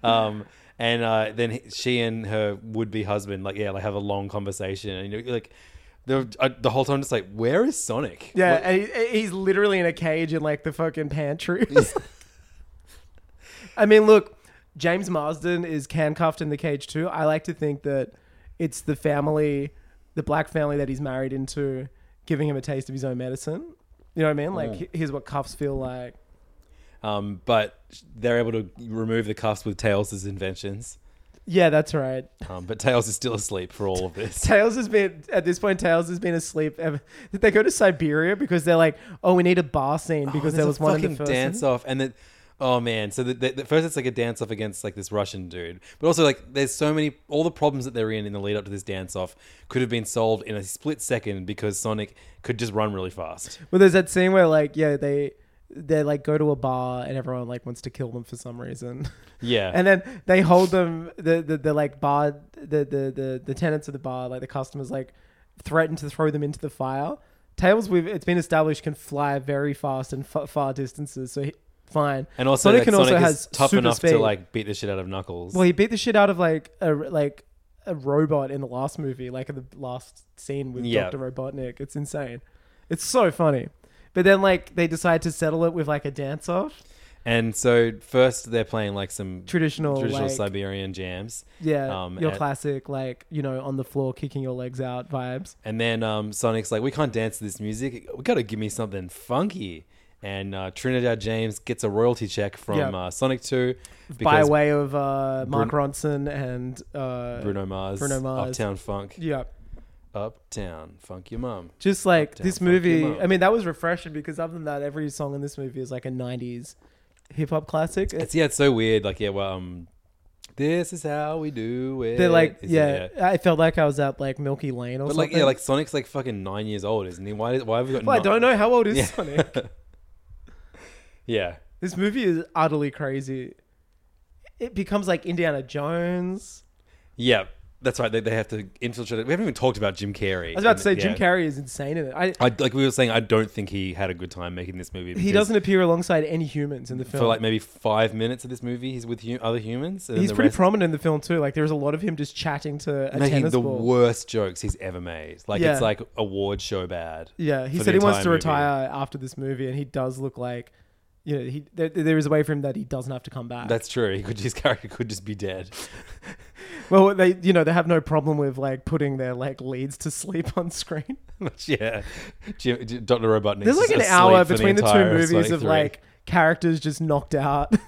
well.
um, and uh, then he- she and her would be husband, like yeah, like have a long conversation, and you know, like the uh, the whole time, just like where is Sonic?
Yeah,
What-
and he, eh, he's literally in a cage in like the fucking pantry. I mean, look, James Marsden is handcuffed in the cage too. I like to think that it's the family, the black family that he's married into, giving him a taste of his own medicine. You know what I mean? Like, he- here's what cuffs feel like.
um, but they're able to remove the cuffs with Tails' inventions.
Yeah, that's right.
Um, but Tails is still asleep for all of this.
Tails has been at this point. Tails has been asleep. ever- Did they go to Siberia because they're like, oh, we need a bar scene because there was one in the first
dance off, and then oh man, so the, the, the first it's like a dance off against like this Russian dude, but also like there's so many all the problems that they're in in the lead up to this dance off could have been solved in a split second because Sonic could just run really fast.
Well, there's that scene where like, yeah, they they like go to a bar and everyone like wants to kill them for some reason,
Yeah,
and then they hold them the the, the like bar the, the the the tenants of the bar like the customers like threaten to throw them into the fire. Tails, we've it's been established can fly very fast and f- far distances, so he, fine.
And also,
Sonic
like,
can
Sonic
also
is
has
tough
super
enough to
speed.
like beat the shit out of Knuckles.
Well, he beat the shit out of like a like a robot in the last movie, like in the last scene with
Yeah.
Doctor Robotnik. It's insane. It's so funny. But then like they decide to settle it with like a dance off.
and so first they're playing like some
Traditional,
traditional
like-
Siberian jams.
Yeah,
Um,
your
and,
classic like you know on the floor kicking your legs out vibes.
And then um, Sonic's like, we can't dance to this music. We gotta give me something funky. And uh, Trinidad James gets a royalty check from
Yeah.
uh, Sonic Two
By
because
way of uh, Mark
Brun-
Ronson and uh,
Bruno Mars,
Bruno Mars.
Uptown Funk,
Yeah,
Uptown Funk, your mum.
just like
Uptown
this
Funk, your
movie.
mom.
I mean, that was refreshing because other than that, every song in this movie is like a '90s hip hop classic.
It's yeah, it's so weird. Like yeah, well, um, this is how we do it.
They're like,
Is it-
yeah, I felt like I was at like Milky Lane or
But
something.
like yeah, like Sonic's like fucking nine years old, isn't he? Why? Why have we got?
Well, I
ni-
don't know how old is
Yeah.
Sonic.
Yeah.
This movie is utterly crazy. It becomes like Indiana Jones.
Yeah, that's right. They, they have to infiltrate. it. We haven't even talked about Jim Carrey.
I was about to say
And,
Jim
yeah.
Carrey is insane in it. I,
I, like we were saying, I don't think he had a good time making this movie.
he
because
doesn't appear alongside any humans in the film.
For like maybe five minutes of this movie, he's with hu- other humans. And then
He's
the
pretty
rest-
prominent in the film too. Like there's a lot of him just chatting to a
Making
tennis
the
ball.
worst jokes he's ever made. Like
Yeah.
it's like award show bad.
Yeah, he
for
said
the
he wants
entire
to
movie.
retire after this movie, and he does look like, you know, he there, there is a way for him that he doesn't have to come back.
That's true. He could his character could just be dead.
well, they you know they have no problem with like putting their like leads to sleep on screen.
But yeah, Jim, Doctor Robotnik.
There's
is
like an
asleep
hour
for
between the, two
entire Sonic
movies of
3
like characters just knocked out.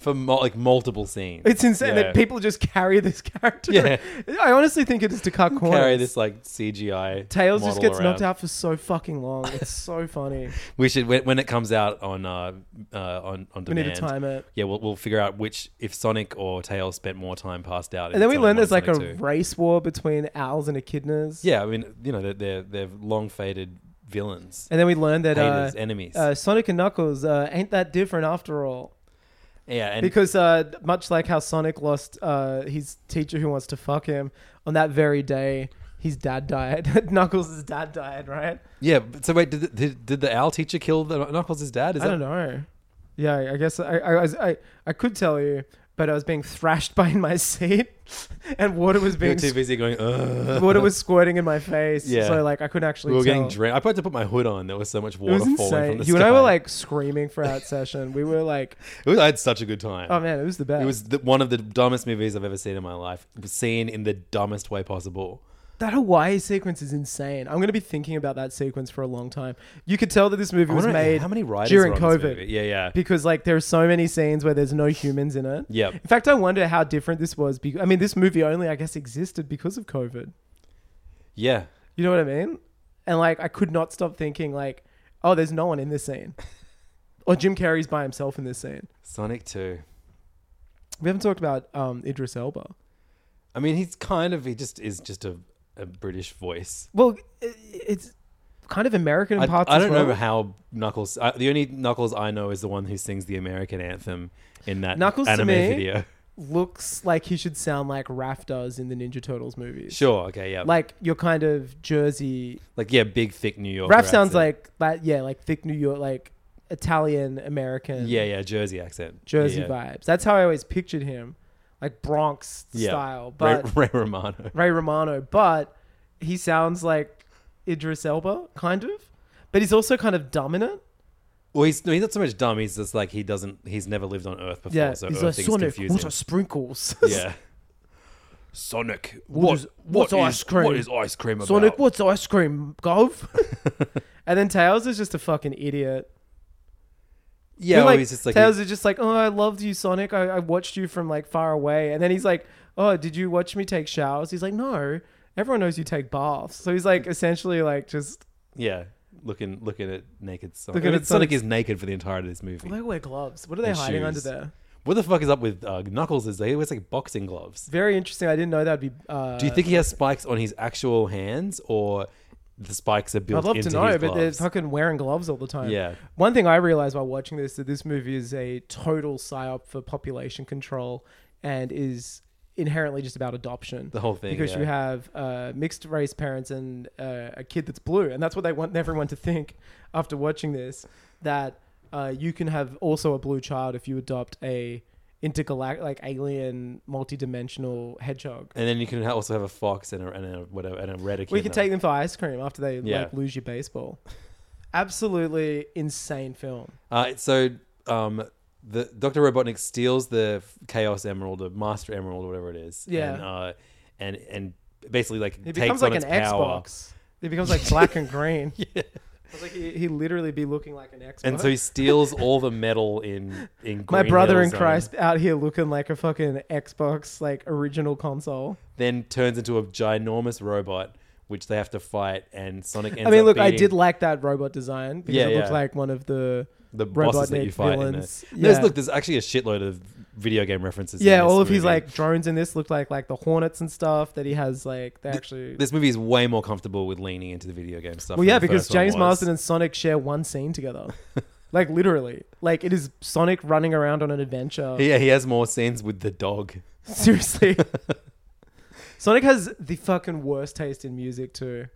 for mul- like multiple scenes.
it's insane
Yeah.
that people just carry this character.
Yeah.
I honestly think it is to cut corners.
carry this like CGI.
Tails just
model
gets
around.
knocked out for so fucking long. It's so funny.
We should when, when it comes out on uh, uh on on
We need
demand.
to time it.
Yeah, we'll, we'll figure out which if Sonic or Tails spent more time passed out. in
And then we
Sonic
learn
1
there's like
and
a
Sonic 2.
race war between owls and echidnas.
yeah. I mean, you know, they're they're, they're long faded villains,
And then we learn that uh,
haters, enemies.
uh, Sonic and Knuckles uh, ain't that different after all.
yeah, and
Because uh, much like how Sonic lost uh, his teacher who wants to fuck him on that very day, his dad died. Knuckles' dad died, right?
Yeah. But, so wait, did the, did, did the owl teacher kill the Knuckles' dad? Is
I don't know. Yeah, I guess I I, was, I I could tell you, but I was being thrashed by in my seat, and water was
You're
being
too busy going. Ugh.
water was squirting in my face.
Yeah.
So like I couldn't actually.
We were
tell.
getting drained. I tried to put my hood on. There was so much
It
water
was
falling from
insane.
the
You and
sky.
I were like screaming for that session. We were like,
It was- I had such a good time.
oh man, it was the best.
It was the, one of the dumbest movies I've ever seen in my life. It was Seen in the dumbest way possible.
that Hawaii sequence is insane. I'm gonna be thinking about that sequence for a long time. You could tell that this movie
I
was
wonder
made
how many writers
during
were on this
COVID.
movie? Yeah, yeah.
Because like there are so many scenes where there's no humans in it.
Yep.
In fact, I wonder how different this was. Because I mean, this movie only I guess existed because of COVID.
Yeah.
You know what I mean? And like, I could not stop thinking like, oh, there's no one in this scene, or Jim Carrey's by himself in this scene.
Sonic 2.
We haven't talked about um, Idris Elba.
I mean, he's kind of, he just is just a, a British voice.
Well, i- it's kind of American in
I,
parts.
I
as
don't
well.
know how Knuckles, I, the only Knuckles I know is the one who sings the American anthem in that
Knuckles to
anime
me-
video.
Looks like he should sound like Raph does in the Ninja Turtles movies.
Sure. Okay. Yeah. Like,
Like your kind of Jersey.
yeah, big, thick New York.
Raph sounds like that. Yeah, like thick New York, like Italian American.
Yeah, yeah, Jersey accent.
Jersey
yeah, yeah.
vibes. That's how I always pictured him, like Bronx
Yeah.
style.
Ray,
But
Ray Romano.
Ray Romano, but he sounds like Idris Elba, kind of. But he's also kind of dominant.
Oh, Well, he's, no, he's not so much dumb. He's just like he doesn't. He's never lived on Earth before,
Yeah,
so
he's
Earth
like
thing's
Sonic.
confusing.
What are sprinkles?
yeah. Sonic,
What is- what's ice cream?
What is ice cream about?
Sonic, what's ice cream, Gov? and then Tails is just a fucking idiot.
Yeah,
Who,
well,
like,
he's just like
Tails is just like, oh, I loved you, Sonic. I, I watched you from like far away, and then he's like, oh, did you watch me take showers? He's like, no. Everyone knows you take baths, so he's like essentially like just
yeah, looking looking at naked Sonic.
Looking
I mean,
at
Sonic
Sonic's-
is naked for the entirety of this movie.
they wear gloves. What are they
And
hiding under
shoes.
there?
What the fuck is up with uh, Knuckles? Is he wears like boxing gloves?
Very interesting. I didn't know that'd be. Uh,
Do you think he has spikes on his actual hands, or the spikes are built
I'd love
into
to know,
his
but they're
gloves?
fucking wearing gloves all the time.
Yeah.
One thing I realized while watching this that this movie is a total psyop for population control and is inherently just about adoption.
The whole thing,
Because
yeah.
you have uh, mixed race parents and uh, a kid that's blue, and that's what they want everyone to think after watching this that uh, you can have also a blue child if you adopt a intergalactic, like alien, multi-dimensional hedgehog.
and then you can ha- also have a fox and a, and a whatever and a red.
We could take them for ice cream after they
Yeah.
like lose your baseball. Absolutely insane film.
Uh, so um, the Doctor Robotnik steals the Chaos Emerald, the Master Emerald, or whatever it is.
Yeah.
and uh, and, and basically like
It
takes
becomes
on
like an
its power.
Xbox. It becomes like black and green. yeah. I was like, he, he literally be looking like an Xbox.
And so he steals all the metal in in
my
Green
brother
Hill
in
Zone,
Christ out here looking like a fucking Xbox, like original console.
Then turns into a ginormous robot, which they have to fight. And Sonic. Ends
I mean,
up
look, I
beating
did like that robot design because
Yeah,
it looked
yeah.
like one of the
the bosses that
Robotnik
you fight. in
villains.
there. There's
Yeah.
look, there's actually a shitload of video game references. in
yeah,
this
all of his
movie.
like drones in this looked like like the Hornets and stuff that he has. Like they actually
This movie is way more comfortable with leaning into the video game stuff.
Well,
than
yeah,
the
because
first one
James
was.
Marsden and Sonic share one scene together. like literally, like it is Sonic running around on an adventure.
Yeah, he has more scenes with the dog.
Seriously. Sonic has the fucking worst taste in music too.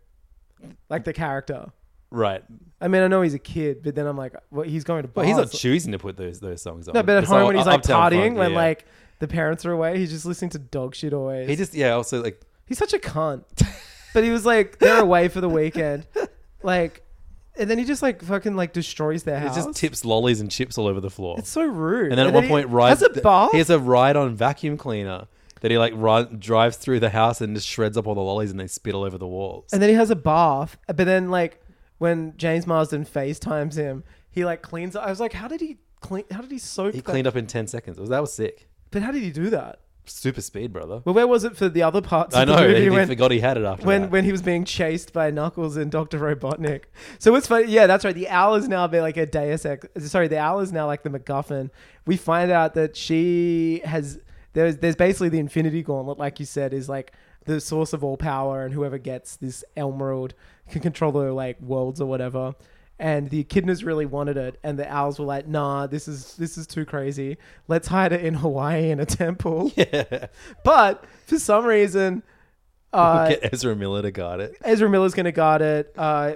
Like the character.
Right.
I mean, I know he's a kid, but then I'm like, well, he's going to
But he's not
bars.
choosing to put those those songs on.
Oh, No, but at
It's
home
all
when he's like
Uptown
partying,
Funk,
when
yeah.
like the parents are away, he's just listening to dog shit always.
he just yeah, also like
He's such a cunt. but he was like, they're away for the weekend. Like, and then he just like fucking like destroys their
he
house.
just tips lollies and chips all over the floor.
It's so rude.
and then at one
he
point, rides
has a bath.
he has a ride on vacuum cleaner that he like run, drives through the house and just shreds up all the lollies and they spit all over the walls.
and then he has a bath. But then like when James Marsden FaceTimes him, he like cleans. I was like, how did he clean? How did he soak?
he cleaned up in ten seconds. It was- That was sick.
But how did he do that?
Super speed, brother.
Well, where was it for the other parts?
I
of the
know. and
movie
He
when-
forgot he had it after
when
that.
when he was being chased by Knuckles and Doctor Robotnik. So what's funny? Yeah, that's right. The owl is now be like a Deus Ex. Sorry, the owl is now like the MacGuffin. We find out that she has there's there's basically the Infinity Gauntlet, like you said, is like the source of all power, and whoever gets this Emerald can control the like worlds or whatever. And the echidnas really wanted it, and the owls were like, "Nah, this is this is too crazy. Let's hide it in Hawaii in a temple." But for some reason, Uh,
Get Ezra Miller to guard it.
Ezra Miller's going to guard it. Uh,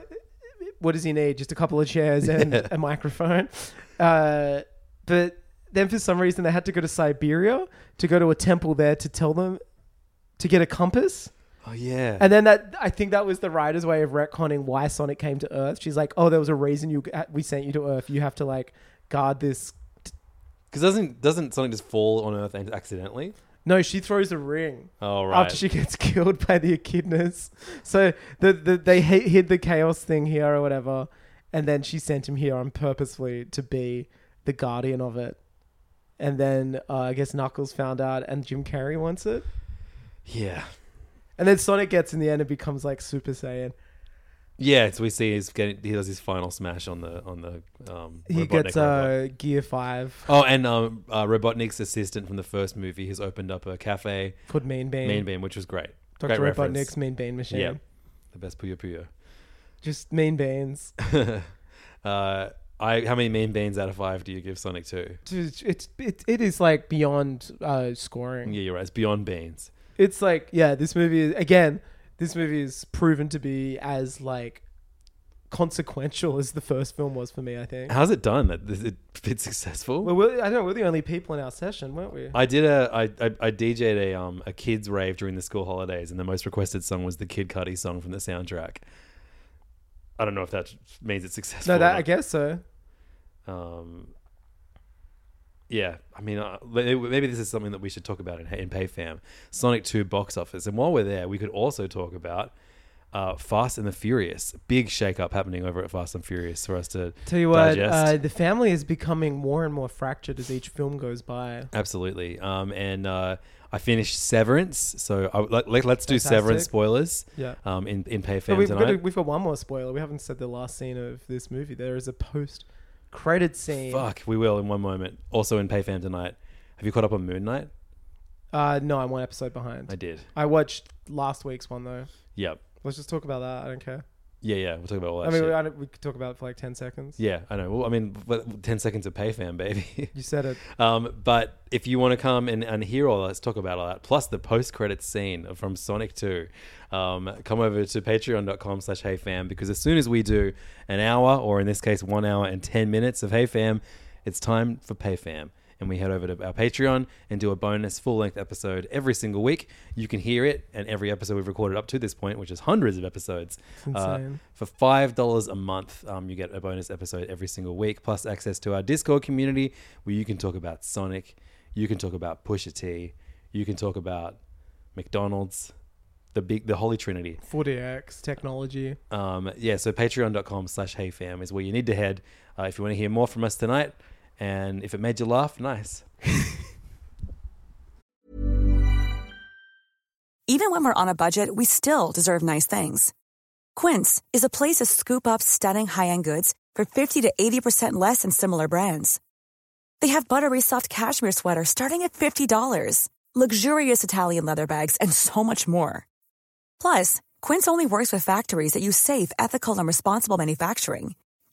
what does he need? Just a couple of chairs and a microphone. Uh, but then for some reason they had to go to Siberia to go to a temple there to tell them to get a compass.
Oh yeah.
And then that I think that was the writer's way of retconning why Sonic came to Earth. She's like, "Oh, there was a reason you we sent you to Earth. You have to like guard this."
Because doesn't doesn't Sonic just fall on Earth and accidentally?
No, she throws a ring.
Oh right.
after she gets killed by the echidnas. So the, the they hid, hid the chaos thing here or whatever, and then she sent him here on purposefully to be the guardian of it. And then uh, I guess Knuckles found out, and Jim Carrey wants it.
yeah.
And then Sonic gets in the end and becomes like Super Saiyan.
Yeah, so we see he's getting he does his final smash on the on the um
He
Robotnik robot.
gets uh, Gear Five
Oh, and um, uh, Robotnik's assistant from the first movie has opened up a cafe,
called Mean Bean.
Mean Bean, which was great.
Dr.
great
Robotnik's
reference.
Mean Bean machine.
Yeah, the best Puyo Puyo.
Just Mean Beans.
Uh, I how many Mean Beans out of five do you give Sonic Two?
Dude, it's it, it is like beyond uh, scoring.
Yeah, you're right. It's beyond beans.
it's like yeah this movie is again this movie is proven to be as like consequential as the first film was for me i think
How's it done? That is it been successful?
well we're, i don't know we're the only people in our session weren't we
I did a I, I I DJ'd a um a kids rave during the school holidays, and the most requested song was the Kid Cudi song from the soundtrack. I don't know if that means it's successful.
no
or
that
not.
i guess so
Um, yeah, I mean, uh, may- maybe this is something that we should talk about in, in PayFam. Sonic 2 box office. And while we're there, we could also talk about uh, Fast and the Furious. Big shakeup happening over at Fast and Furious for us to
tell you what
digest.
uh, the family is becoming more and more fractured as each film goes by
Absolutely. Um, and uh, I finished Severance. So I, let, let, let's do
Fantastic.
Severance spoilers
Yeah.
um, in, in
But
PayFam
we've,
tonight.
got a, we've got one more spoiler we haven't said the last scene of this movie there is a post credit scene
Fuck, we will in one moment. Also in PayFam tonight. Have you caught up on Moon Knight?
uh no i'm one episode behind
I did.
I watched last week's one though
Yep.
let's just talk about that i don't care
Yeah, yeah. We'll talk about all that
I mean,
Oh, shit.
we, I don't- we could talk about it for like 10 seconds.
Yeah, I know. Well, I mean, but 10 seconds of PayFam, baby.
You said it.
um, but if you want to come and, and hear all that, let's talk about all that, plus the post-credits scene from Sonic 2, um, come over to patreon.com slash HeyFam because as soon as we do an hour, or in this case, one hour and 10 minutes of HeyFam, it's time for PayFam. And we head over to our Patreon and do a bonus full length episode every single week. You can hear it and every episode we've recorded up to this point, which is hundreds of episodes. Uh,
insane.
for five dollars a month, um, you get a bonus episode every single week, plus access to our Discord community where you can talk about Sonic, you can talk about Pusha T, you can talk about McDonald's, the big, the Holy Trinity.
4DX technology.
Um, yeah, so patreon.com slash heyfam is where you need to head uh, if you want to hear more from us tonight. And if it made you laugh, nice.
Even when we're on a budget, we still deserve nice things. Quince is a place to scoop up stunning high-end goods for 50 to 80% less than similar brands. They have buttery soft cashmere sweaters starting at $50, luxurious Italian leather bags, and so much more. Plus, Quince only works with factories that use safe, ethical, and responsible manufacturing.